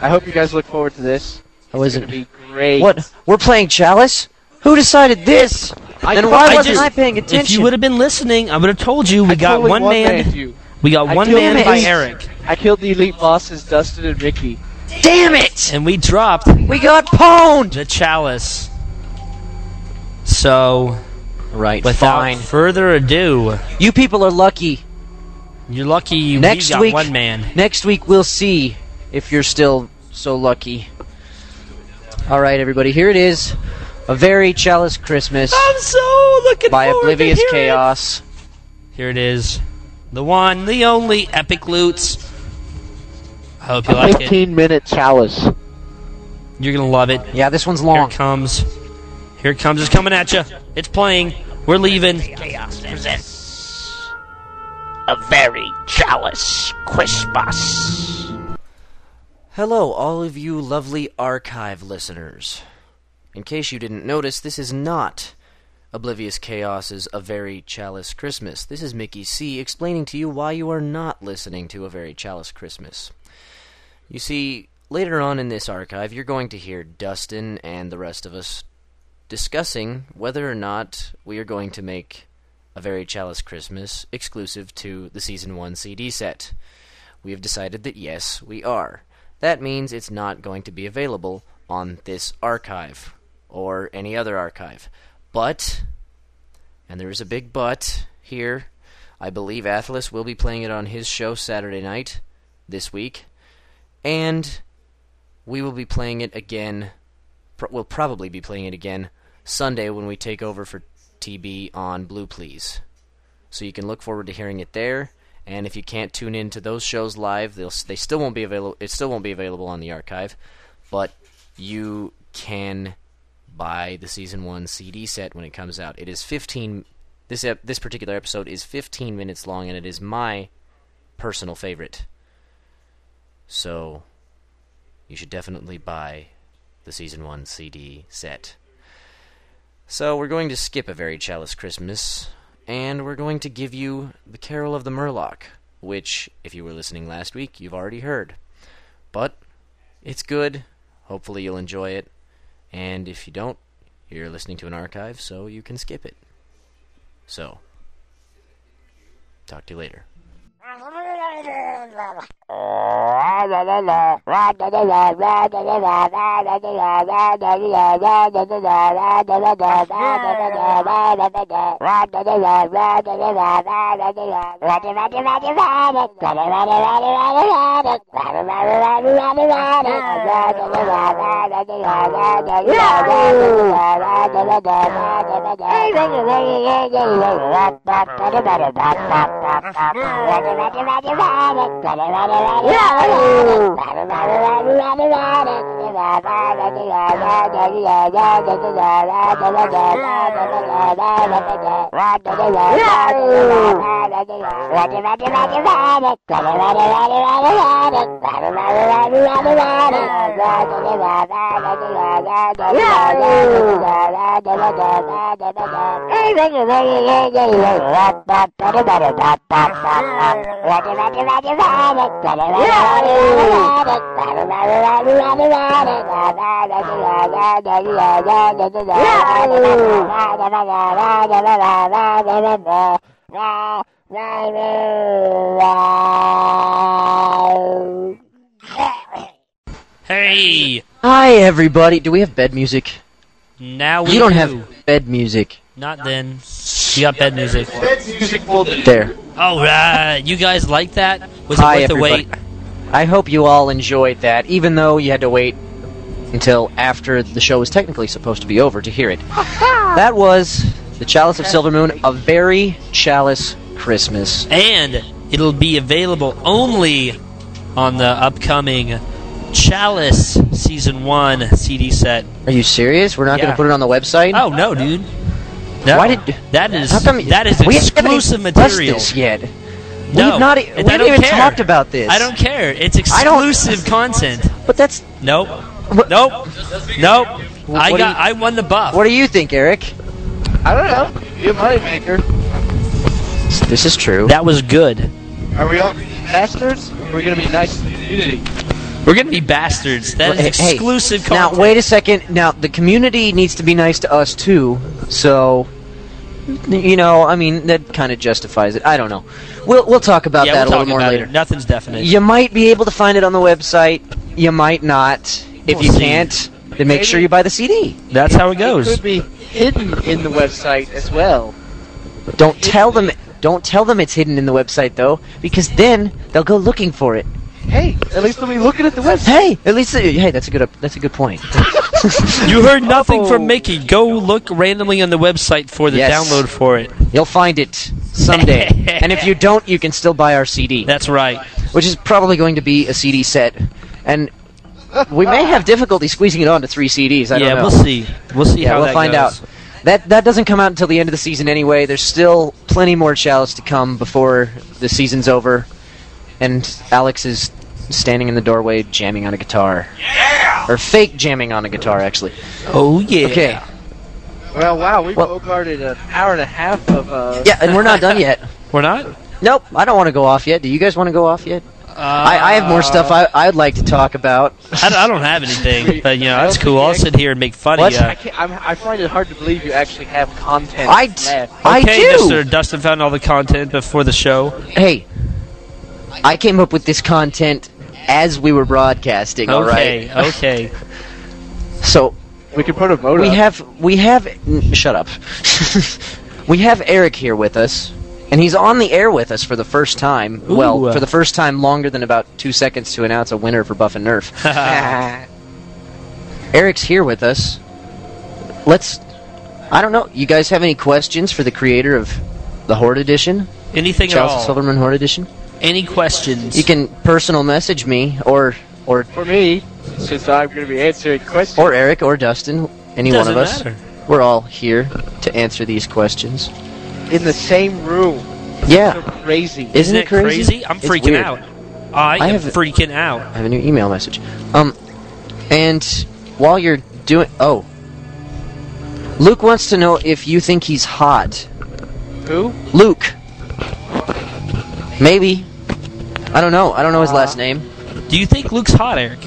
[SPEAKER 10] I hope you guys look forward to this.
[SPEAKER 7] I wasn't.
[SPEAKER 10] Be great.
[SPEAKER 7] What? We're playing Chalice? Who decided this? then why wasn't I paying attention?
[SPEAKER 3] If you would have been listening, I would have told you we
[SPEAKER 10] I
[SPEAKER 3] got
[SPEAKER 10] totally
[SPEAKER 3] one
[SPEAKER 10] one-manned
[SPEAKER 3] man.
[SPEAKER 10] you.
[SPEAKER 3] We got
[SPEAKER 10] I
[SPEAKER 3] one
[SPEAKER 10] killed
[SPEAKER 3] man
[SPEAKER 10] him.
[SPEAKER 3] by Eric,
[SPEAKER 10] I killed the elite bosses, Dustin and Mickey.
[SPEAKER 7] Damn it!
[SPEAKER 3] and we dropped
[SPEAKER 7] We got pwned!
[SPEAKER 3] the chalice. So,
[SPEAKER 7] Right,
[SPEAKER 3] without
[SPEAKER 7] fine.
[SPEAKER 3] further ado,
[SPEAKER 7] You people are lucky.
[SPEAKER 3] you're lucky you
[SPEAKER 7] Next
[SPEAKER 3] we got
[SPEAKER 7] week-
[SPEAKER 3] one man.
[SPEAKER 7] Next week we'll see if you're still so lucky. All right, everybody, here it is. A very Chalice Christmas
[SPEAKER 3] I'm so looking
[SPEAKER 7] by
[SPEAKER 3] forward to
[SPEAKER 7] Oblivious
[SPEAKER 3] hearing-
[SPEAKER 7] Chaos.
[SPEAKER 3] Here it is, the one, the only epic loots. I hope you
[SPEAKER 10] A
[SPEAKER 3] like it.
[SPEAKER 10] 15 minute chalice.
[SPEAKER 3] You're gonna love it.
[SPEAKER 7] Yeah, this one's
[SPEAKER 3] Here
[SPEAKER 7] long.
[SPEAKER 3] it comes. Here it comes. It's coming at you. It's playing. We're leaving.
[SPEAKER 7] Hello, all of you lovely archive listeners. In case you didn't notice, this is not Oblivious Chaos's A Very Chalice Christmas. This is Mickey C explaining to you why you are not listening to A Very Chalice Christmas. You see, later on in this archive, you're going to hear Dustin and the rest of us discussing whether or not we are going to make A Very Chalice Christmas exclusive to the Season 1 CD set we have decided that yes, we are. That means it's not going to be available on this archive or any other archive. But, and there is a big but here, I believe Atlas will be playing it on his show Saturday night this week, and we will be playing it again. Pro- we'll probably be playing it again Sunday when we take over for TB on Blue Please so you can look forward to hearing it there. And if you can't tune in to those shows live, they'll they still won't be available. It still won't be available on the archive, but you can buy the season one CD set when it comes out. It is fifteen. This ep- this particular episode is fifteen minutes long, and it is my personal favorite. So you should definitely buy the season one CD set. So we're going to skip a very chalice Christmas, and we're going to give you the Carol of the Murloc, which, if you were listening last week, you've already heard. But it's good. Hopefully you'll enjoy it, and if you don't, you're listening to an archive, so you can skip it. So, talk to you later.
[SPEAKER 3] Hey,
[SPEAKER 7] Hi, everybody. Do we have bed music?
[SPEAKER 3] now we
[SPEAKER 7] You don't
[SPEAKER 3] do.
[SPEAKER 7] have bed music.
[SPEAKER 3] Not then. You got bed music.
[SPEAKER 7] There.
[SPEAKER 3] All right, you guys like that? Was it
[SPEAKER 7] Hi,
[SPEAKER 3] worth
[SPEAKER 7] everybody.
[SPEAKER 3] the wait?
[SPEAKER 7] I hope you all enjoyed that, even though you had to wait until after the show was technically supposed to be over to hear it. that was The Chalice of Silvermoon, a very chalice Christmas.
[SPEAKER 3] And it'll be available only on the upcoming Chalice Season One CD set.
[SPEAKER 7] Are you serious? We're not going
[SPEAKER 3] Yeah.
[SPEAKER 7] to put it on the website?
[SPEAKER 3] Oh no, dude! No,
[SPEAKER 7] Why did-
[SPEAKER 3] that is
[SPEAKER 7] How come
[SPEAKER 3] that is
[SPEAKER 7] we haven't
[SPEAKER 3] exclusive
[SPEAKER 7] even pressed
[SPEAKER 3] material?
[SPEAKER 7] this yet?
[SPEAKER 3] No,
[SPEAKER 7] We've not, e-
[SPEAKER 3] and
[SPEAKER 7] we
[SPEAKER 3] I
[SPEAKER 7] haven't
[SPEAKER 3] don't
[SPEAKER 7] even
[SPEAKER 3] care.
[SPEAKER 7] talked about this.
[SPEAKER 3] I don't care. It's
[SPEAKER 7] I don't-
[SPEAKER 3] exclusive content.
[SPEAKER 7] But that's.
[SPEAKER 3] Nope.
[SPEAKER 7] What-
[SPEAKER 3] Nope. Nope. I
[SPEAKER 7] do
[SPEAKER 3] got.
[SPEAKER 7] you-
[SPEAKER 3] I won the buff.
[SPEAKER 7] What do you think, Eric?
[SPEAKER 10] I don't know. You're a moneymaker.
[SPEAKER 7] This is true.
[SPEAKER 3] That was good.
[SPEAKER 9] Are we all?
[SPEAKER 10] bastards? Or we're gonna be nice to the community.
[SPEAKER 3] We're gonna be bastards. That is
[SPEAKER 7] Hey, hey,
[SPEAKER 3] exclusive
[SPEAKER 7] Now
[SPEAKER 3] content.
[SPEAKER 7] wait a second. Now the community needs to be nice to us too. So, you know, I mean, that kind of justifies it. I don't know. We'll we'll talk about
[SPEAKER 3] yeah, we'll
[SPEAKER 7] that a
[SPEAKER 3] talk
[SPEAKER 7] little more
[SPEAKER 3] about
[SPEAKER 7] later.
[SPEAKER 3] It. Nothing's definite.
[SPEAKER 7] You might be able to find it on the website. You might not. If
[SPEAKER 3] We'll
[SPEAKER 7] you
[SPEAKER 3] see.
[SPEAKER 7] can't, then make sure you buy the CD.
[SPEAKER 3] That's how it goes.
[SPEAKER 10] Could be hidden in the website as well.
[SPEAKER 7] Don't tell them. Don't tell them it's hidden in the website though, because then they'll go looking for it.
[SPEAKER 10] Hey, at least they'll be looking at the website.
[SPEAKER 7] Hey, at least uh, hey, that's a good that's a good point.
[SPEAKER 3] You heard nothing from Mickey. Go look randomly on the website for the
[SPEAKER 7] Oh. Yes.
[SPEAKER 3] download for it.
[SPEAKER 7] You'll find it someday. and if you don't, you can still buy our CD.
[SPEAKER 3] That's right.
[SPEAKER 7] which is probably going to be a CD set, and we may have difficulty squeezing it onto three CDs. I
[SPEAKER 3] yeah,
[SPEAKER 7] don't know.
[SPEAKER 3] we'll see. We'll see
[SPEAKER 7] Yeah,
[SPEAKER 3] how
[SPEAKER 7] we'll
[SPEAKER 3] that
[SPEAKER 7] find
[SPEAKER 3] goes.
[SPEAKER 7] out. That that doesn't come out until the end of the season anyway. There's still plenty more chalice to come before the season's over, and Alex is standing in the doorway jamming on a guitar. Yeah. Or fake jamming on a guitar, actually.
[SPEAKER 3] Oh yeah.
[SPEAKER 7] Okay.
[SPEAKER 10] Well, wow, we
[SPEAKER 7] Well-
[SPEAKER 10] bogarted an hour and a half of uh,
[SPEAKER 7] Yeah, and we're not done yet.
[SPEAKER 3] We're not.
[SPEAKER 7] Nope, I don't want to go off yet. Do you guys want to go off yet?
[SPEAKER 3] Uh,
[SPEAKER 7] I, I have more stuff I, I'd like to talk about.
[SPEAKER 3] I, don't- I don't have anything, but you know
[SPEAKER 10] I
[SPEAKER 3] that's
[SPEAKER 10] don't
[SPEAKER 3] cool.
[SPEAKER 10] think
[SPEAKER 3] I'll
[SPEAKER 10] I-
[SPEAKER 3] sit here and make uh, fun
[SPEAKER 7] What?
[SPEAKER 3] of you.
[SPEAKER 10] I, can't, I'm, I find it hard to believe you actually have content
[SPEAKER 7] I, d-
[SPEAKER 10] left.
[SPEAKER 7] I
[SPEAKER 3] okay,
[SPEAKER 7] do.
[SPEAKER 3] Mr. Dustin found all the content before the show.
[SPEAKER 7] Hey, I came up with this content as we were broadcasting. All right.
[SPEAKER 3] okay, uh, okay.
[SPEAKER 7] So
[SPEAKER 10] We could put a vote
[SPEAKER 7] we
[SPEAKER 10] up.
[SPEAKER 7] have we have n- shut up. we have Eric here with us, and he's on the air with us for the first time.
[SPEAKER 3] Ooh.
[SPEAKER 7] Well, for the first time, longer than about two seconds to announce a winner for Buff and Nerf. Eric's here with us. Let's. I don't know. You guys have any questions for the creator of the Horde Edition,
[SPEAKER 3] Anything at all?
[SPEAKER 7] Charles Silverman Horde Edition?
[SPEAKER 3] Any questions?
[SPEAKER 7] You can personal message me or or
[SPEAKER 10] For me, since I'm going to be answering questions,
[SPEAKER 7] or Eric or Dustin, any
[SPEAKER 3] Doesn't
[SPEAKER 7] one of us.
[SPEAKER 3] matter.
[SPEAKER 7] We're all here to answer these questions.
[SPEAKER 10] in the same room. So
[SPEAKER 7] Yeah,
[SPEAKER 10] crazy.
[SPEAKER 7] isn't
[SPEAKER 3] it crazy? I'm
[SPEAKER 7] It's
[SPEAKER 3] freaking
[SPEAKER 7] weird.
[SPEAKER 3] out. I,
[SPEAKER 7] I
[SPEAKER 3] am
[SPEAKER 7] have-
[SPEAKER 3] freaking out.
[SPEAKER 7] I have a new email message. Um, and while you're doing, oh, Luke wants to know if you think he's hot.
[SPEAKER 10] Who?
[SPEAKER 7] Luke, maybe. I don't know. I don't know his last
[SPEAKER 3] Uh-huh.
[SPEAKER 7] name.
[SPEAKER 3] Do you think Luke's hot, Eric?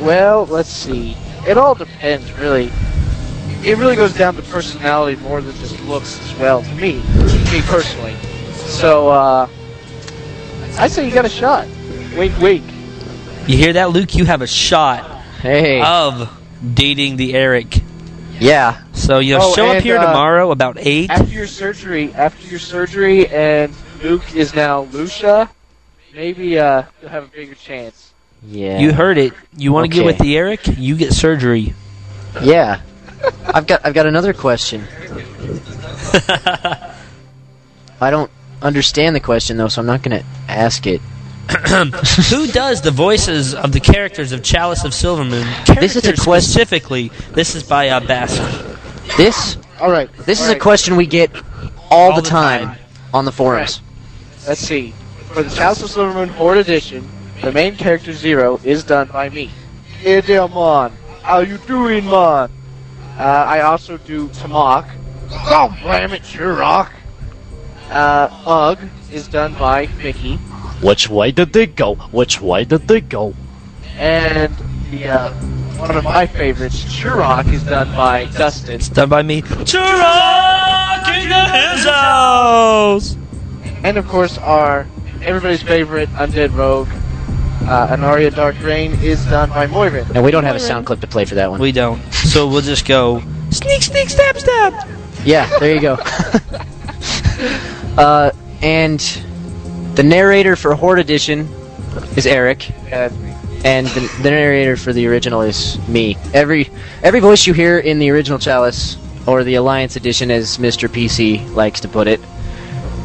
[SPEAKER 10] Well, let's see. It all depends, really. It really goes down to personality more than just looks as well, to me, me personally. So, uh, I say you got a shot. Wink, wink.
[SPEAKER 3] You hear that, Luke? You have a shot
[SPEAKER 7] Hey,
[SPEAKER 3] of dating the Eric.
[SPEAKER 7] yeah.
[SPEAKER 3] So you know,
[SPEAKER 10] Oh,
[SPEAKER 3] show up
[SPEAKER 10] and,
[SPEAKER 3] here
[SPEAKER 10] uh,
[SPEAKER 3] tomorrow about eight.
[SPEAKER 10] After your surgery, after your surgery, and Luke is now Lucia, maybe uh, you'll have a bigger chance.
[SPEAKER 7] Yeah.
[SPEAKER 3] You heard it. You want to get
[SPEAKER 7] Okay.
[SPEAKER 3] with the Eric? You get surgery.
[SPEAKER 7] Yeah. I've got I've got another question. I don't understand the question though, so I'm not gonna ask it.
[SPEAKER 3] Who does the voices of the characters of Chalice of Silvermoon? Characters
[SPEAKER 7] This is a quest-
[SPEAKER 3] specifically. This is by uh, Bass.
[SPEAKER 7] This
[SPEAKER 10] All right.
[SPEAKER 7] this
[SPEAKER 10] all
[SPEAKER 7] is a
[SPEAKER 10] right,
[SPEAKER 7] question we get all, the, time, on the forums.
[SPEAKER 10] Let's see. For the House of Silvermoon Horde Edition, the main character Zero is done by me. Hey there, man. How you doing, man? Uh, I also do Tamak. God damn it, Turok. Uh, Ugg is done by Mickey.
[SPEAKER 7] Which way did they go? Which way did they go?
[SPEAKER 10] And the, uh, one of my favorites, Turok, is done by Dustin.
[SPEAKER 3] It's done by me. Turok in the his house.
[SPEAKER 10] And of course, our everybody's favorite Undead Rogue, uh, Anaria Dark Rain, is done by Moirin.
[SPEAKER 7] No, we don't have a sound clip to play for that one.
[SPEAKER 3] We don't. So we'll just go sneak, sneak, stab, stab.
[SPEAKER 7] yeah, there you go. uh, and the narrator for Horde Edition is Eric.
[SPEAKER 10] And
[SPEAKER 7] and the, the narrator for the original is me. Every every voice you hear in the original Chalice or the Alliance edition, as Mr. PC likes to put it,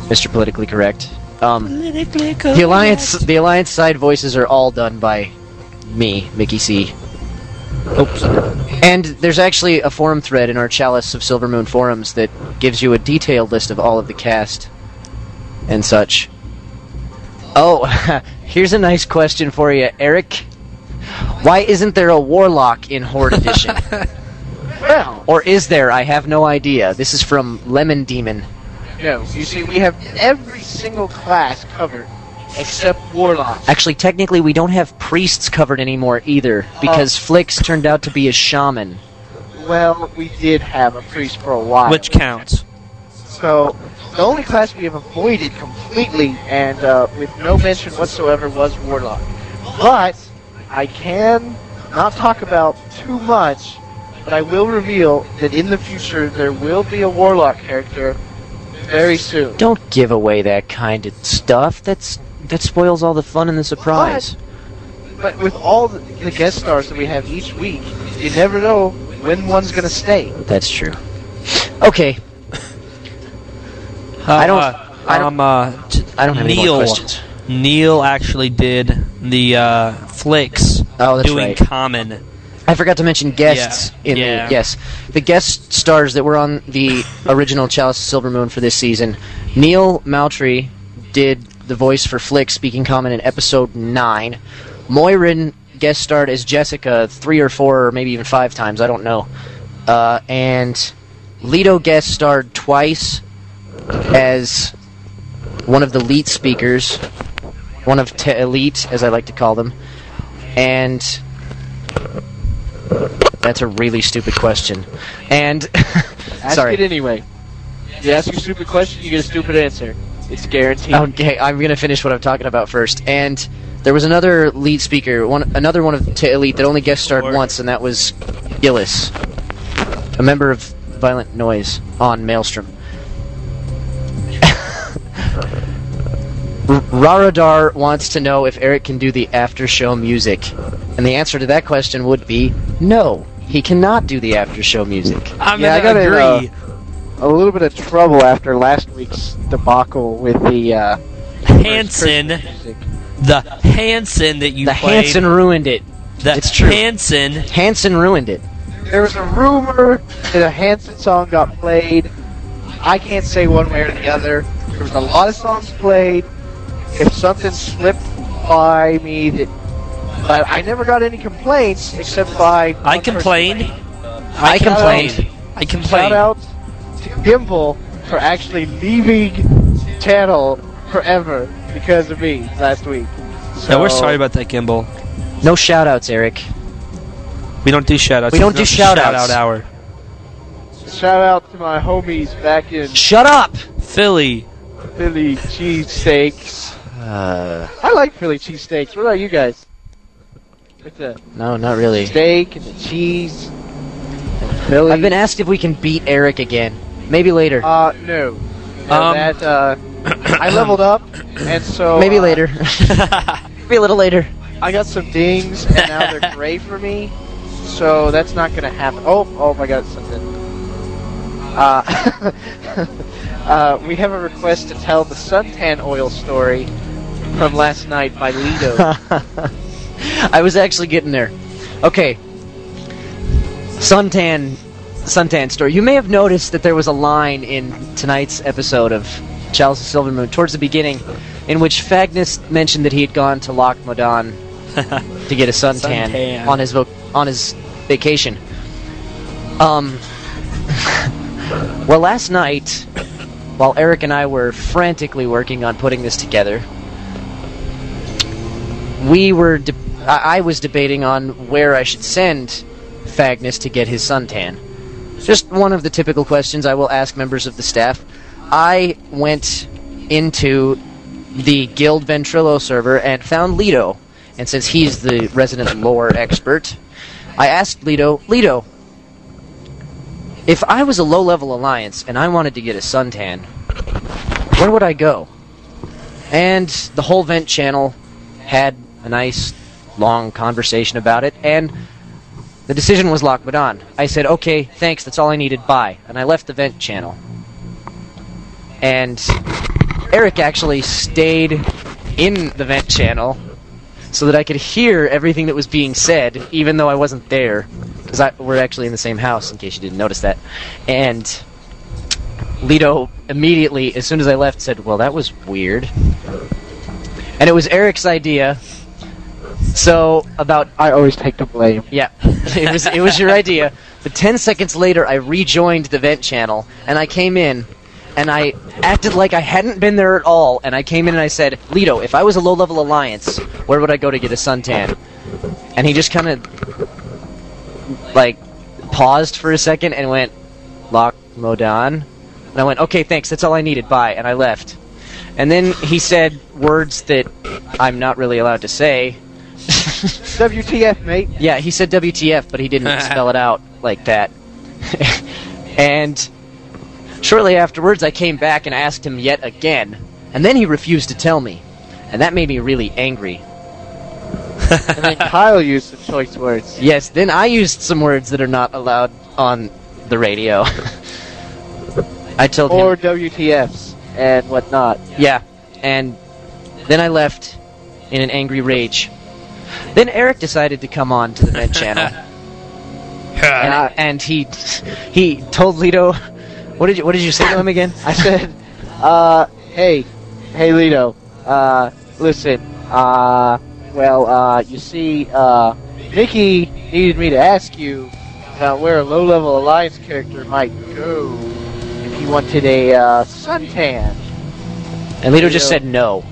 [SPEAKER 7] Mr. Politically Correct. Um, the Alliance the Alliance side voices are all done by me, Mickey C. Oops. And there's actually a forum thread in our Chalice of Silvermoon forums that gives you a detailed list of all of the cast and such. Oh, here's a nice question for you, Eric. Why isn't there a warlock in Horde Edition?
[SPEAKER 10] well,
[SPEAKER 7] or is there? I have no idea. This is from Lemon Demon.
[SPEAKER 10] no, you see, we have every single class covered. except Warlock.
[SPEAKER 7] Actually, technically, we don't have priests covered anymore either because Flicks turned out to be a shaman.
[SPEAKER 10] Well, we did have a priest for a while.
[SPEAKER 3] Which counts.
[SPEAKER 10] So, the only class we have avoided completely and uh, with no mention whatsoever was Warlock. But, I can not talk about too much, but I will reveal that in the future there will be a Warlock character very soon.
[SPEAKER 7] Don't give away that kind of stuff. That's that spoils all the fun and the surprise.
[SPEAKER 10] But with all the, the guest stars that we have each week, you never know when one's going to stay.
[SPEAKER 7] That's true. Okay, I don't-
[SPEAKER 3] Uh,
[SPEAKER 7] I
[SPEAKER 3] um,
[SPEAKER 7] don't-
[SPEAKER 3] uh, t-
[SPEAKER 7] I don't have any
[SPEAKER 3] Neil-
[SPEAKER 7] more questions.
[SPEAKER 3] Neil actually did the uh, flicks
[SPEAKER 7] Oh, that's
[SPEAKER 3] doing
[SPEAKER 7] right.
[SPEAKER 3] common.
[SPEAKER 7] I forgot to mention guests
[SPEAKER 3] Yeah,
[SPEAKER 7] in
[SPEAKER 3] yeah.
[SPEAKER 7] the yes. The guest stars that were on the original Chalice of Silver Moon for this season. Neil Maury did the voice for Flick speaking common in episode nine. Moirin guest starred as Jessica three or four or maybe even five times, I don't know. Uh, and Leto guest starred twice as one of the elite speakers, one of te- elite as I like to call them, and that's a really stupid question. And
[SPEAKER 10] Ask
[SPEAKER 7] sorry.
[SPEAKER 10] it anyway. You ask a stupid question, you get a stupid answer. It's guaranteed.
[SPEAKER 7] Okay, I'm gonna finish what I'm talking about first. And there was another lead speaker, one another one of t- Elite that only guest starred once, and that was Gillis, a member of Violent Noise on Maelstrom. R- Raradar wants to know if Eric can do the after show music. And the answer to that question would be no. He cannot do the after show music.
[SPEAKER 3] I'm
[SPEAKER 10] Yeah, I
[SPEAKER 3] gonna
[SPEAKER 10] gotta, uh,
[SPEAKER 3] agree.
[SPEAKER 10] a little bit of trouble after last week's debacle with the uh,
[SPEAKER 3] Hanson,
[SPEAKER 10] music.
[SPEAKER 3] the Hanson that you
[SPEAKER 7] The
[SPEAKER 3] played,
[SPEAKER 7] Hanson ruined it.
[SPEAKER 3] the
[SPEAKER 7] it's true.
[SPEAKER 3] Hanson.
[SPEAKER 7] Hanson ruined it.
[SPEAKER 10] There was a rumor that a Hanson song got played. I can't say one way or the other. There was a lot of songs played. If something slipped by me that, but I never got any complaints except by
[SPEAKER 3] I
[SPEAKER 10] one person.
[SPEAKER 3] complained.
[SPEAKER 7] I complained.
[SPEAKER 3] I
[SPEAKER 10] Shout
[SPEAKER 3] complained.
[SPEAKER 10] out to Gimble for actually leaving channel forever because of me last week. So
[SPEAKER 3] No, we're sorry about that, Gimbal.
[SPEAKER 7] No shout outs, Eric.
[SPEAKER 3] We don't do shout outs.
[SPEAKER 7] We don't do
[SPEAKER 3] Shout out
[SPEAKER 7] shout-outs.
[SPEAKER 3] hour.
[SPEAKER 10] Shout out to my homies back in
[SPEAKER 7] Shut up!
[SPEAKER 3] Philly.
[SPEAKER 10] Philly cheesesteaks.
[SPEAKER 7] Uh,
[SPEAKER 10] I like Philly cheesesteaks. What about you guys? With the
[SPEAKER 7] no, not really.
[SPEAKER 10] steak and the cheese and Philly.
[SPEAKER 7] I've been asked if we can beat Eric again. Maybe later.
[SPEAKER 10] uh no. No,
[SPEAKER 3] Um,
[SPEAKER 10] that uh, I leveled up, and so
[SPEAKER 7] Maybe
[SPEAKER 10] uh,
[SPEAKER 7] later. Maybe a little later.
[SPEAKER 10] I got some dings, and now they're gray for me. So that's not gonna happen. Oh, oh my God, something. Uh, uh, we have a request to tell the suntan oil story from last night by Lido.
[SPEAKER 7] I was actually getting there. Okay. Suntan Suntan story. You may have noticed that there was a line in tonight's episode of Chalice of Silver Moon towards the beginning in which Fagnus mentioned that he had gone to Loch Modan to get a suntan,
[SPEAKER 3] Suntan.
[SPEAKER 7] on his vo- on his vacation. Um well last night while Eric and I were frantically working on putting this together, we were de- I-, I was debating on where I should send Fagnus to get his suntan. Just one of the typical questions I will ask members of the staff. I went into the Guild Ventrilo server and found Leto. And since he's the resident lore expert, I asked Leto, Leto, if I was a low level alliance and I wanted to get a suntan, where would I go? And the whole vent channel had a nice long conversation about it, and the decision was locked but on. I said, okay, thanks, that's all I needed, bye. And I left the vent channel. And Eric actually stayed in the vent channel so that I could hear everything that was being said, even though I wasn't there. Because we're actually in the same house, in case you didn't notice that. And Leto immediately, as soon as I left, said, well, that was weird. And it was Eric's idea. So about
[SPEAKER 10] I always take the blame.
[SPEAKER 7] yeah, it was it was your idea. But ten seconds later, I rejoined the vent channel and I came in, and I acted like I hadn't been there at all, and I came in and I said, Leto, if I was a low level alliance, where would I go to get a suntan? And he just kind of, like, paused for a second and went, Lock Modan? And I went, okay, thanks, that's all I needed, bye, and I left. And then he said words that I'm not really allowed to say.
[SPEAKER 10] WTF, mate.
[SPEAKER 7] Yeah, he said WTF, but he didn't spell it out like that. and shortly afterwards, I came back and asked him yet again, and then he refused to tell me, and that made me really angry.
[SPEAKER 10] and then Kyle used some choice words.
[SPEAKER 7] Yes, then I used some words that are not allowed on the radio. I told him.
[SPEAKER 10] Or WTFs and whatnot.
[SPEAKER 7] Yeah, and then I left in an angry rage. Then Eric decided to come on to the Med Channel, and, I- and he he told Lito, "What did you What did you say to him again?"
[SPEAKER 10] I said, uh, hey, hey, Leto, uh, listen, uh, well, uh, you see, uh, Nikki needed me to ask you about where a low level alliance character might go if he wanted a, uh, suntan.
[SPEAKER 7] And Lito just said no.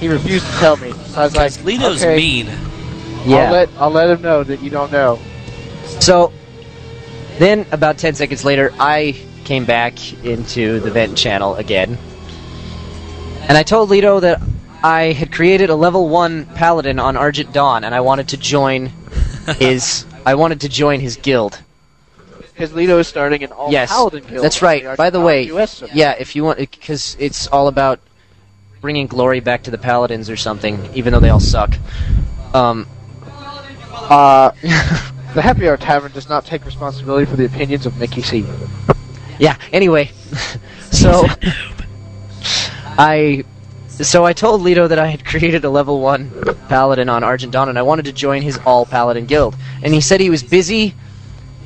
[SPEAKER 10] He refused to tell me. So I was like,
[SPEAKER 3] Lito's
[SPEAKER 10] okay,
[SPEAKER 3] mean.
[SPEAKER 10] I'll,
[SPEAKER 7] Yeah.
[SPEAKER 10] let, I'll let him know that you don't know.
[SPEAKER 7] So then, about 10 seconds later, I came back into the vent channel again. And I told Leto that I had created a level 1 paladin on Argent Dawn and I wanted to join his I wanted to join his guild.
[SPEAKER 10] Because Leto is starting an all
[SPEAKER 7] yes.
[SPEAKER 10] paladin guild.
[SPEAKER 7] That's
[SPEAKER 10] on
[SPEAKER 7] right. By the way,
[SPEAKER 10] US side.
[SPEAKER 7] yeah, if you want cuz it's all about bringing glory back to the paladins or something even though they all suck. Um
[SPEAKER 10] Uh, the Happy Hour Tavern does not take responsibility for the opinions of Mickey C.
[SPEAKER 7] yeah anyway so i so i told leto that i had created a level 1 paladin on argent dawn and i wanted to join his all paladin guild and he said he was busy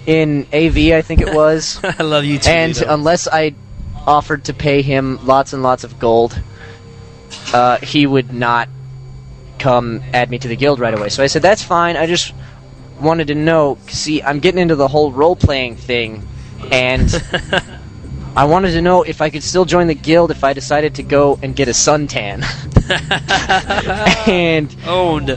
[SPEAKER 7] in av i think it was
[SPEAKER 3] I love you too.
[SPEAKER 7] and
[SPEAKER 3] Lito.
[SPEAKER 7] unless i offered to pay him lots and lots of gold uh, he would not come add me to the guild right away so i said that's fine i just wanted to know see i'm getting into the whole role-playing thing and I wanted to know if I could still join the guild if I decided to go and get a suntan. and
[SPEAKER 3] owned.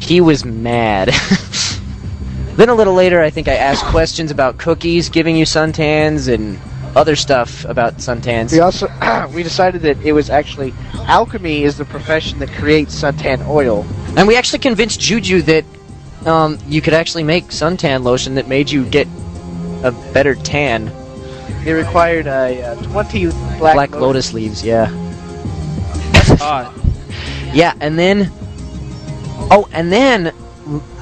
[SPEAKER 7] he was mad. then a little later, I think I asked questions about cookies giving you suntans and other stuff about suntans.
[SPEAKER 10] We also we decided that it was actually alchemy is the profession that creates suntan oil.
[SPEAKER 7] And we actually convinced Juju that um, you could actually make suntan lotion that made you get a better tan.
[SPEAKER 10] It required a uh, twenty black,
[SPEAKER 7] Black lotus leaves, yeah.
[SPEAKER 3] Hot.
[SPEAKER 7] Yeah, and then. Oh, and then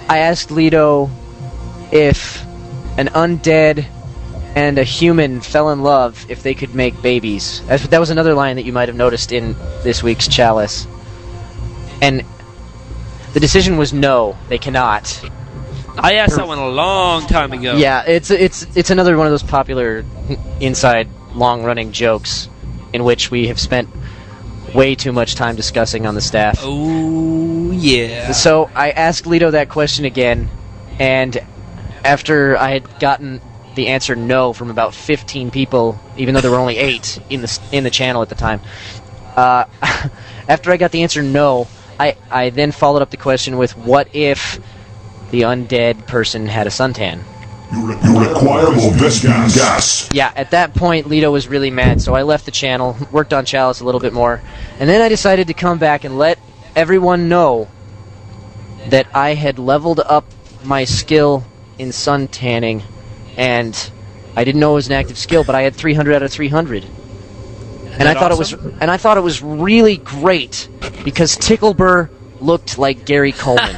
[SPEAKER 7] I asked Leto if an undead and a human fell in love if they could make babies. That's- That was another line that you might have noticed in this week's Chalice. And the decision was no, they cannot.
[SPEAKER 3] I asked that one a long time ago.
[SPEAKER 7] Yeah, it's it's it's another one of those popular inside long-running jokes in which we have spent way too much time discussing on the staff.
[SPEAKER 3] Oh yeah.
[SPEAKER 7] So I asked Leto that question again, and after I had gotten the answer no from about 15 people, even though there were only eight in the in the channel at the time, uh, after I got the answer no, I I then followed up the question with what if the undead person had a suntan?
[SPEAKER 5] You require more Vespian gas.
[SPEAKER 7] Yeah, at that point, Leto was really mad, so I left the channel, worked on Chalice a little bit more, and then I decided to come back and let everyone know that I had leveled up my skill in sun tanning, and I didn't know it was an active skill, but I had 300 out of 300. And I
[SPEAKER 3] that
[SPEAKER 7] thought it
[SPEAKER 3] awesome?
[SPEAKER 7] was, and I thought it was really great because Ticklebur looked like Gary Coleman.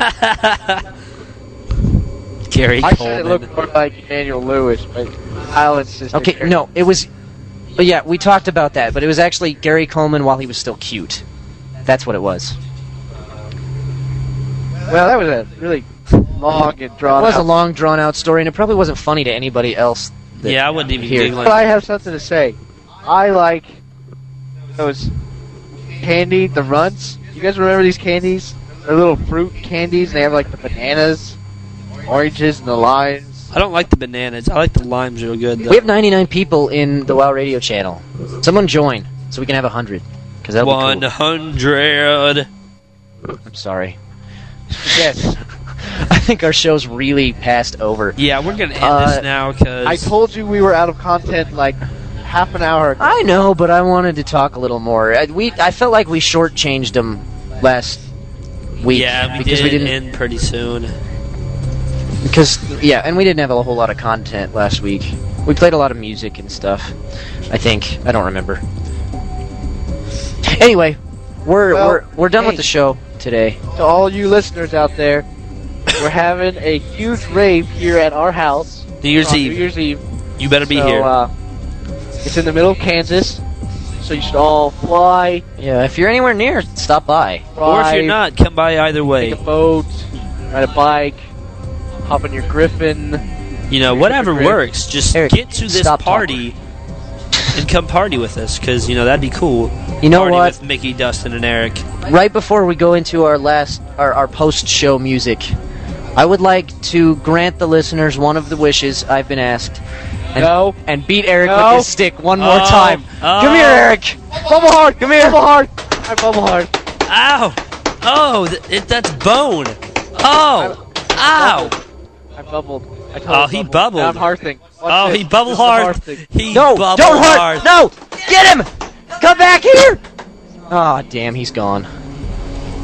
[SPEAKER 3] Gary
[SPEAKER 10] I said it
[SPEAKER 3] Coleman.
[SPEAKER 10] looked more like Daniel Lewis, but I'll insist.
[SPEAKER 7] Okay, no, it was. But yeah, we talked about that, but it was actually Gary Coleman while he was still cute. That's what it was.
[SPEAKER 10] Well, that was a really long and
[SPEAKER 7] It
[SPEAKER 10] drawn.
[SPEAKER 7] was a
[SPEAKER 10] out-
[SPEAKER 7] long, drawn out story, and it probably wasn't funny to anybody else. that-
[SPEAKER 3] yeah, I wouldn't even
[SPEAKER 7] Here.
[SPEAKER 3] giggle.
[SPEAKER 10] But I have something to say. I like those candy, the runts. You guys remember these candies? They're little fruit candies. They have like the bananas, oranges, and the limes.
[SPEAKER 3] I don't like the bananas. I like the limes real good. Though.
[SPEAKER 7] We have 99 people in the WoW Radio channel. Someone join so we can have 100. Because that'll
[SPEAKER 3] one
[SPEAKER 7] be cool.
[SPEAKER 3] hundred.
[SPEAKER 7] I'm sorry.
[SPEAKER 10] Yes.
[SPEAKER 7] I think our show's really passed over.
[SPEAKER 3] Yeah, we're gonna end
[SPEAKER 7] Uh,
[SPEAKER 3] this now because
[SPEAKER 10] I told you we were out of content like half an hour ago.
[SPEAKER 7] I know, but I wanted to talk a little more. I, we I felt like we shortchanged them last week.
[SPEAKER 3] yeah we
[SPEAKER 7] because
[SPEAKER 3] did
[SPEAKER 7] we didn't
[SPEAKER 3] end pretty soon.
[SPEAKER 7] because yeah, and we didn't have a whole lot of content last week. We played a lot of music and stuff. I think I don't remember. Anyway, we're
[SPEAKER 10] Well,
[SPEAKER 7] we're we're done
[SPEAKER 10] hey.
[SPEAKER 7] with the show today.
[SPEAKER 10] To all you listeners out there, we're having a huge rave here at our house.
[SPEAKER 3] New Year's
[SPEAKER 7] Oh,
[SPEAKER 10] on
[SPEAKER 3] Eve.
[SPEAKER 10] New Year's Eve.
[SPEAKER 3] you better be
[SPEAKER 10] so,
[SPEAKER 3] here.
[SPEAKER 10] Uh, it's in the middle of Kansas, so you should all fly,
[SPEAKER 7] Yeah, if you're anywhere near, stop by.
[SPEAKER 3] or if
[SPEAKER 10] drive,
[SPEAKER 3] you're not, come by either way.
[SPEAKER 10] take a boat, ride a bike, hop on your Griffin.
[SPEAKER 3] You know, whatever
[SPEAKER 10] Eric,
[SPEAKER 3] works. Just
[SPEAKER 7] Eric,
[SPEAKER 3] get to this
[SPEAKER 7] stop
[SPEAKER 3] party and come party with us, because you know that'd be cool.
[SPEAKER 7] You know
[SPEAKER 3] party
[SPEAKER 7] what?
[SPEAKER 3] With Mickey, Dustin, and Eric.
[SPEAKER 7] Right before we go into our last our, our post show music, I would like to grant the listeners one of the wishes I've been asked. And,
[SPEAKER 10] No.
[SPEAKER 7] and beat Eric
[SPEAKER 10] No.
[SPEAKER 7] with his stick one more
[SPEAKER 3] Oh.
[SPEAKER 7] time.
[SPEAKER 3] Oh.
[SPEAKER 7] Come here, Eric.
[SPEAKER 10] Bubble hard, come here. Bubble hard. I'm bubble hard.
[SPEAKER 3] Ow! Oh, th- it, that's bone. Oh, ow!
[SPEAKER 10] I bubbled. I told
[SPEAKER 3] Oh,
[SPEAKER 10] him
[SPEAKER 3] he
[SPEAKER 10] Now
[SPEAKER 3] bubbled.
[SPEAKER 10] I'm hard thing. Watch
[SPEAKER 3] Oh,
[SPEAKER 10] this.
[SPEAKER 3] he bubble
[SPEAKER 10] This is a
[SPEAKER 3] hard.
[SPEAKER 10] thing.
[SPEAKER 3] He
[SPEAKER 7] No,
[SPEAKER 3] bubble
[SPEAKER 7] don't hurt.
[SPEAKER 3] hard.
[SPEAKER 7] No, get him. Come back here. Ah, damn, he's gone.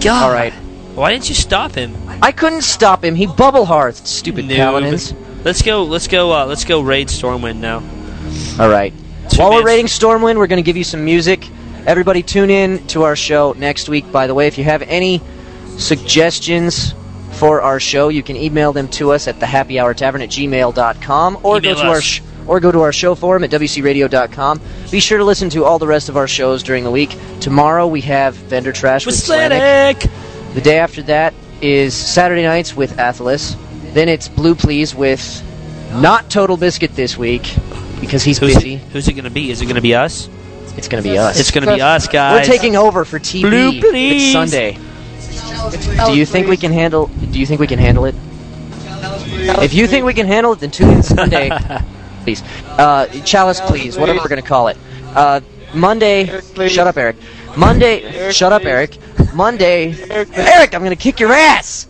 [SPEAKER 3] God.
[SPEAKER 7] All right,
[SPEAKER 3] Why didn't you stop him?
[SPEAKER 7] I couldn't stop him. He bubble hearts. Stupid
[SPEAKER 3] Noob.
[SPEAKER 7] paladins.
[SPEAKER 3] Let's go. Let's go. Uh, let's go raid Stormwind now.
[SPEAKER 7] All right.
[SPEAKER 3] Two
[SPEAKER 7] While we're
[SPEAKER 3] minutes.
[SPEAKER 7] rating Stormwind, we're going to give you some music. Everybody, tune in to our show next week. By the way, if you have any suggestions for our show, you can email them to us at thehappyhourtavern at gmail.com or
[SPEAKER 3] Email
[SPEAKER 7] go to our
[SPEAKER 3] us.
[SPEAKER 7] sh- or go to our show forum at wcradio.com. Be sure to listen to all the rest of our shows during the week. Tomorrow we have Vendor Trash with,
[SPEAKER 3] With
[SPEAKER 7] Slanik.
[SPEAKER 3] Slanik.
[SPEAKER 7] The day after that is Saturday nights with Athelis. Then it's Blue Please with not Total Biscuit this week because he's
[SPEAKER 3] Who's
[SPEAKER 7] busy.
[SPEAKER 3] it, who's it gonna be? Is it gonna be us?
[SPEAKER 7] It's gonna be us.
[SPEAKER 3] It's gonna be us,
[SPEAKER 7] We're
[SPEAKER 3] guys.
[SPEAKER 7] taking over for TV.
[SPEAKER 3] Blue
[SPEAKER 7] It's
[SPEAKER 3] Please.
[SPEAKER 7] Sunday. Do you think we can handle? Do you think we can handle it? If you think we can handle it, then tune in Sunday, please. Uh, chalice, please. Whatever we're gonna call it. Uh, Monday.
[SPEAKER 10] Eric, please.
[SPEAKER 7] Shut up, Eric. Monday.
[SPEAKER 10] Eric,
[SPEAKER 7] shut up,
[SPEAKER 10] please.
[SPEAKER 7] Eric. Monday.
[SPEAKER 10] Eric, please.
[SPEAKER 7] Eric, I'm gonna kick your ass.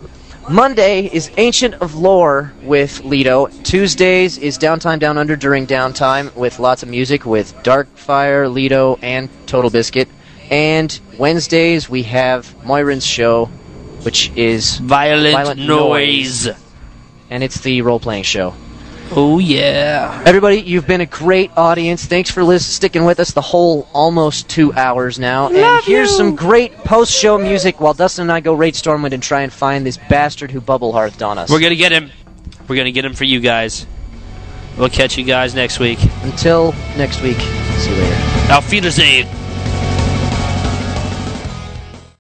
[SPEAKER 7] Monday is Ancient of Lore with Lido. Tuesdays is Downtime Down Under during downtime with lots of music with Darkfire, Lido, and Total Biscuit. And Wednesdays we have Moirin's show, which is
[SPEAKER 3] Violent,
[SPEAKER 7] Violent
[SPEAKER 3] noise.
[SPEAKER 7] and it's the role playing show.
[SPEAKER 3] Oh yeah.
[SPEAKER 7] Everybody, you've been a great audience. Thanks for lis- sticking with us the whole almost two hours now. and here's some great post show music while Dustin and I go raid Stormwind and try and find this bastard who bubble hearthed on us.
[SPEAKER 3] We're gonna get him. We're gonna get him for you guys. We'll catch you guys next week.
[SPEAKER 7] Until next week, see you later.
[SPEAKER 3] Auf Wiedersehen.